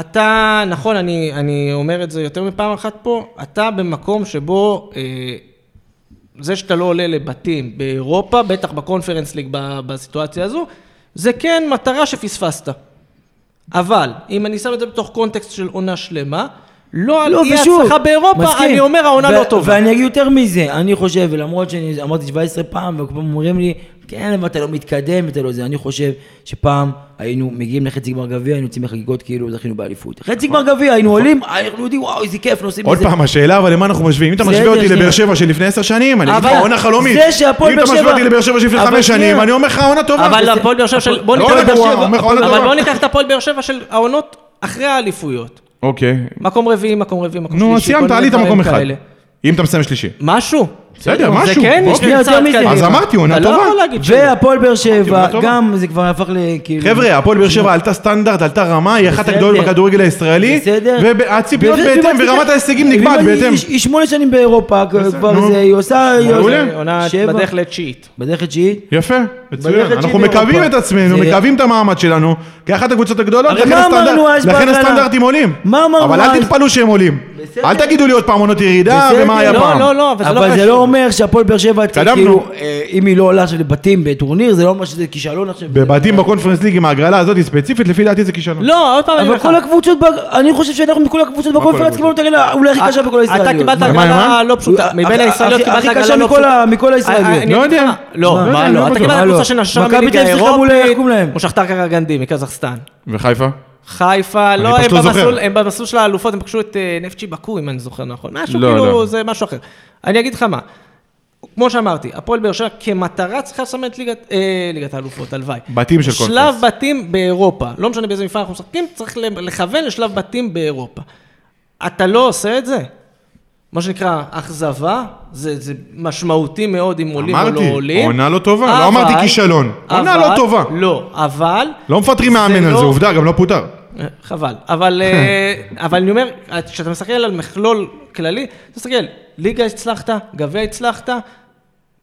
אתה, נכון, אני, אני אומר את זה יותר מפעם אחת פה, אתה במקום שבו אה, זה שאתה לא עולה לבתים באירופה, בטח בקונפרנס ליג ב- בסיטואציה הזו, זה כן מטרה שפספסת. אבל, אם אני שם את זה בתוך קונטקסט של עונה שלמה, לא על
לא,
אי
ושוב,
הצלחה באירופה,
מסכים.
אני אומר העונה
ו-
לא טובה.
ואני אגיד יותר מזה, אני חושב, ולמרות שאני אמרתי 17 פעם, וכל פעם אומרים לי, כן, אבל אתה לא מתקדם, אתה לא זה, אני חושב שפעם היינו מגיעים לחצי גמר גביע, היינו יוצאים לחגיגות כאילו זכינו באליפות. חצי
נכון.
גמר גביע, היינו עולים, אנחנו יודעים, וואו, איזה כיף, נוסעים
עוד
מזה.
פעם, השאלה אבל למה אנחנו משווים? אם אתה
בסדר,
משווה אותי
שנייה.
לבאר שבע של לפני עשר שנים, אני אגיד לך
אבל
עונה חלומית.
זה שהפועל
אם אתה
באר
משווה
שבע-
אותי לבאר שבע של לפני
אבל
חמש
שנייה.
שנים, אני אומר לך עונה טובה.
אבל
בסדר.
הפועל באר שבע של... בוא
לא
ניקח את באר
עונה גרועה,
שבע-
אומר לך עונה
אבל
טובה.
בוא ניקח את הפועל באר שבע של העונות אחרי האליפויות.
אוקיי.
מקום רביעי, מקום רביעי, מקום שלישי.
נו, אז סיימת,
כל מיני
עלית
דברים
מקום אחד.
כאלה.
אם אתה מסיים שלישי.
משהו.
בסדר,
זה
משהו,
כן, יש
אוקיי.
לי
יותר
צעד
מזה.
קדימה.
אז אמרתי, עונה
אתה
טובה.
לא יכול להגיד שלא.
והפועל באר שבע,
טובה.
גם זה כבר הפך כאילו, לכאילו...
חבר'ה, הפועל באר שבע עלתה סטנדרט, עלתה רמה, היא אחת
בסדר.
הגדולות בכדורגל הישראלי,
בסדר.
והציפיות
וזה-
בהתאם,
ומצליחה-
ורמת ההישגים נקבעת
ואם אני- לא
בהתאם.
היא שמונה שנים באירופה, כבר
נו.
זה, היא עושה... היא
מעולה.
עושה-
עונה
שבע.
בדרך לתשיעית.
בדרך התשיעית.
יפה,
בדרך
מצוין.
שהיא
אנחנו
באירופה.
מקווים את עצמנו,
זה-
מקווים את המעמד שלנו, כאחת הקבוצות הגדולות,
הרי
לכן
מה
הסטנדרט-
אמרנו אז
לכן
בהתחלה?
הסטנדרטים עולים.
מה אמרנו
אבל אל
אז?
תתפלאו שהם עולים.
בסדר.
אל תגידו לי עוד פעם עונות ירידה,
בסדר,
אה, ומה היה
לא,
פעם.
לא, לא, אבל זה לא
אבל זה
קשור.
לא אומר שהפועל באר שבע,
התקדמנו.
כאילו, אה, אם היא לא עולה עכשיו לבתים בטורניר, זה לא אומר שזה כישלון עכשיו. אה,
בבתים בקונפרנס ליג עם ההגרלה הזאת ספציפית, לפי דעתי זה כישלון.
לא, עוד פעם אני אומר
אבל
לך.
כל הקבוצות, בג- אני חושב שאנחנו מכל הקבוצות בקונפרנס
הקבוצות?
קיבלנו את הגנה אולי הכי קשה בכל הישראליות.
אה, אתה קיבלת
מה?
מה,
הגרלה
מה?
לא פשוטה.
הכי-
מבין הישראליות
הכי- הכי
קיבלת
קשה
הגרלה לא
מכל
פשוטה.
ה- מכל הישראליות.
אה, אה, אני
לא
אגיד
יודע.
לך, לא,
לא
מה
יודע,
לא,
לא
אתה
בטוח.
קיבלת
מה לא?
קבוצה שנשרה
מכבי
מליגה
תל אביב שיחקה מול-
אירופית,
איך קוראים להם?
הוא שחטר ככה גנדי מקזחסטן.
וחיפה?
חיפה, לא,
פשוט
הם
לא זוכר.
במסלול, הם במסלול של האלופות, הם פגשו את אה, נפצ'י בקו, אם אני זוכר נכון. משהו
לא,
כאילו,
לא.
זה משהו אחר. אני אגיד לך מה, כמו שאמרתי, הפועל באר שבע כמטרה צריכה לסמן את ליגת, אה, ליגת האלופות, הלוואי.
בתים של
שלב
קונפרנס.
בתים באירופה, לא משנה באיזה מפעל אנחנו משחקים, צריך לכוון לשלב בתים באירופה. אתה לא עושה את זה? מה שנקרא, אכזבה, זה, זה משמעותי מאוד אם עולים או
אמרתי,
לא עולים.
עונה לא טובה, לא
אבל-
אמרתי כישלון. עונה לא
אבל-
טובה.
לא, אבל...
לא מפטרים מאמן
זה
על זה,
לא-
עובדה, גם לא פוטר.
אה, חבל. אבל, אה, אבל אני אומר, כשאתה מסתכל על מכלול כללי, אתה מסתכל, ליגה הצלחת, גביע הצלחת,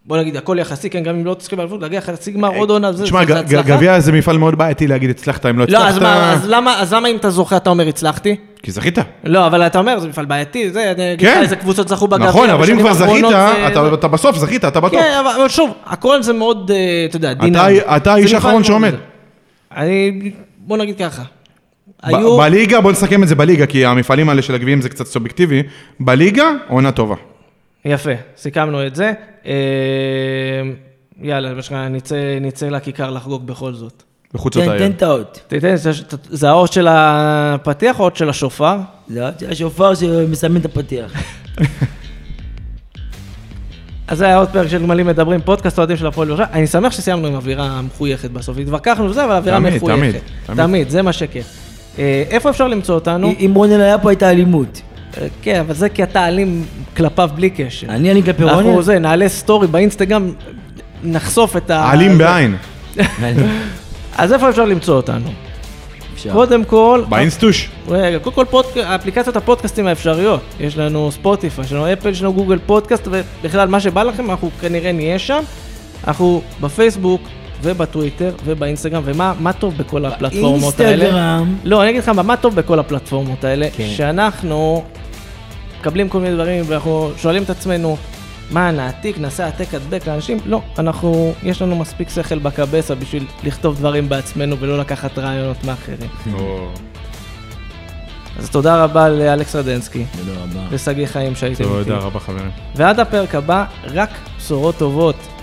בוא נגיד, הכל יחסי, כן, גם אם לא תסכים באליפות, להגיע חצי גמר עוד עונה, זה
אה, תשמע,
זה
ג- ג-
הצלחה.
גביע זה מפעל מאוד בעייתי להגיד הצלחת אם לא
לא, אז
הצלחת,
מה, אז למה- אז למה אם אתה זוכה אתה אומר הצלחתי?
כי זכית.
לא, אבל אתה אומר, זה מפעל בעייתי, זה, אני אגיד לך
כן.
איזה קבוצות זכו בגביע.
נכון, אבל אם
בשנים
כבר זכית,
האחרונות זה-
אתה- אתה בסוף זכית, אתה בטוח.
כן, אבל- אבל שוב, הכל זה מאוד, אה, אתה יודע, דינמי.
אתה
זה
האיש
מפעל
האחרון
מאוד
שעומד.
זה. אני, בוא נגיד ככה.
ב-
היו...
בליגה, בוא נסכם את זה בליגה, כי המפעלים האלה של הגביעים זה קצת סובייקטיבי. בליגה, עונה טובה.
יפה, סיכמנו את זה. אה, יאללה, מה שנקרא, נצא- נצא לכיכר לחגוג בכל זאת. כן,
בחוצות
תן תן
העיר.
את האות.
תיתן, זה- זה האות של הפתיח או האות של השופר?
זה האות של השופר שמסמן את הפתיח.
אז זה היה עוד פרק של גמלים מדברים, פודקאסט אוהדים של הפועל באר שבע. אני שמח שסיימנו עם אווירה מחויכת בסוף. התווכחנו וזה, אבל אווירה
תמיד,
מחויכת.
תמיד, תמיד.
תמיד, זה מה שכן. אה, איפה אפשר למצוא אותנו?
אם רונן היה פה הייתה אלימות.
אה, כן, אבל זה כי אתה אלים כלפיו בלי קשר.
אני אלים כלפי
אנחנו
רונן?
זה, נעלה סטורי באינסטגרם, נחשוף את ה...
עלים בעין.
אז איפה אפשר למצוא אותנו?
אפשר.
קודם כל,
באינסטוש.
רגע, קודם כל פודק... אפליקציות הפודקאסטים האפשריות. יש לנו ספוטיפיי, יש לנו אפל, יש לנו גוגל פודקאסט, ובכלל מה שבא לכם, אנחנו כנראה נהיה שם. אנחנו בפייסבוק ובטוויטר ובאינסטגרם, ומה מה טוב בכל הפלטפורמות האלה?
אינסטגרם.
לא, אני אגיד לך מה- מה טוב בכל הפלטפורמות האלה,
כן.
שאנחנו מקבלים כל מיני דברים ואנחנו שואלים את עצמנו, מה נעתיק, נעשה העתק הדבק לאנשים? לא, אנחנו, יש לנו מספיק שכל בקבסה בשביל לכתוב דברים בעצמנו ולא לקחת רעיונות מאחרים.
או,
אז תודה רבה לאלכס רדנסקי
תודה רבה.
ושגיא חיים שהייתם איתי.
תודה רבה חברים.
ועד הפרק הבא, רק בשורות טובות.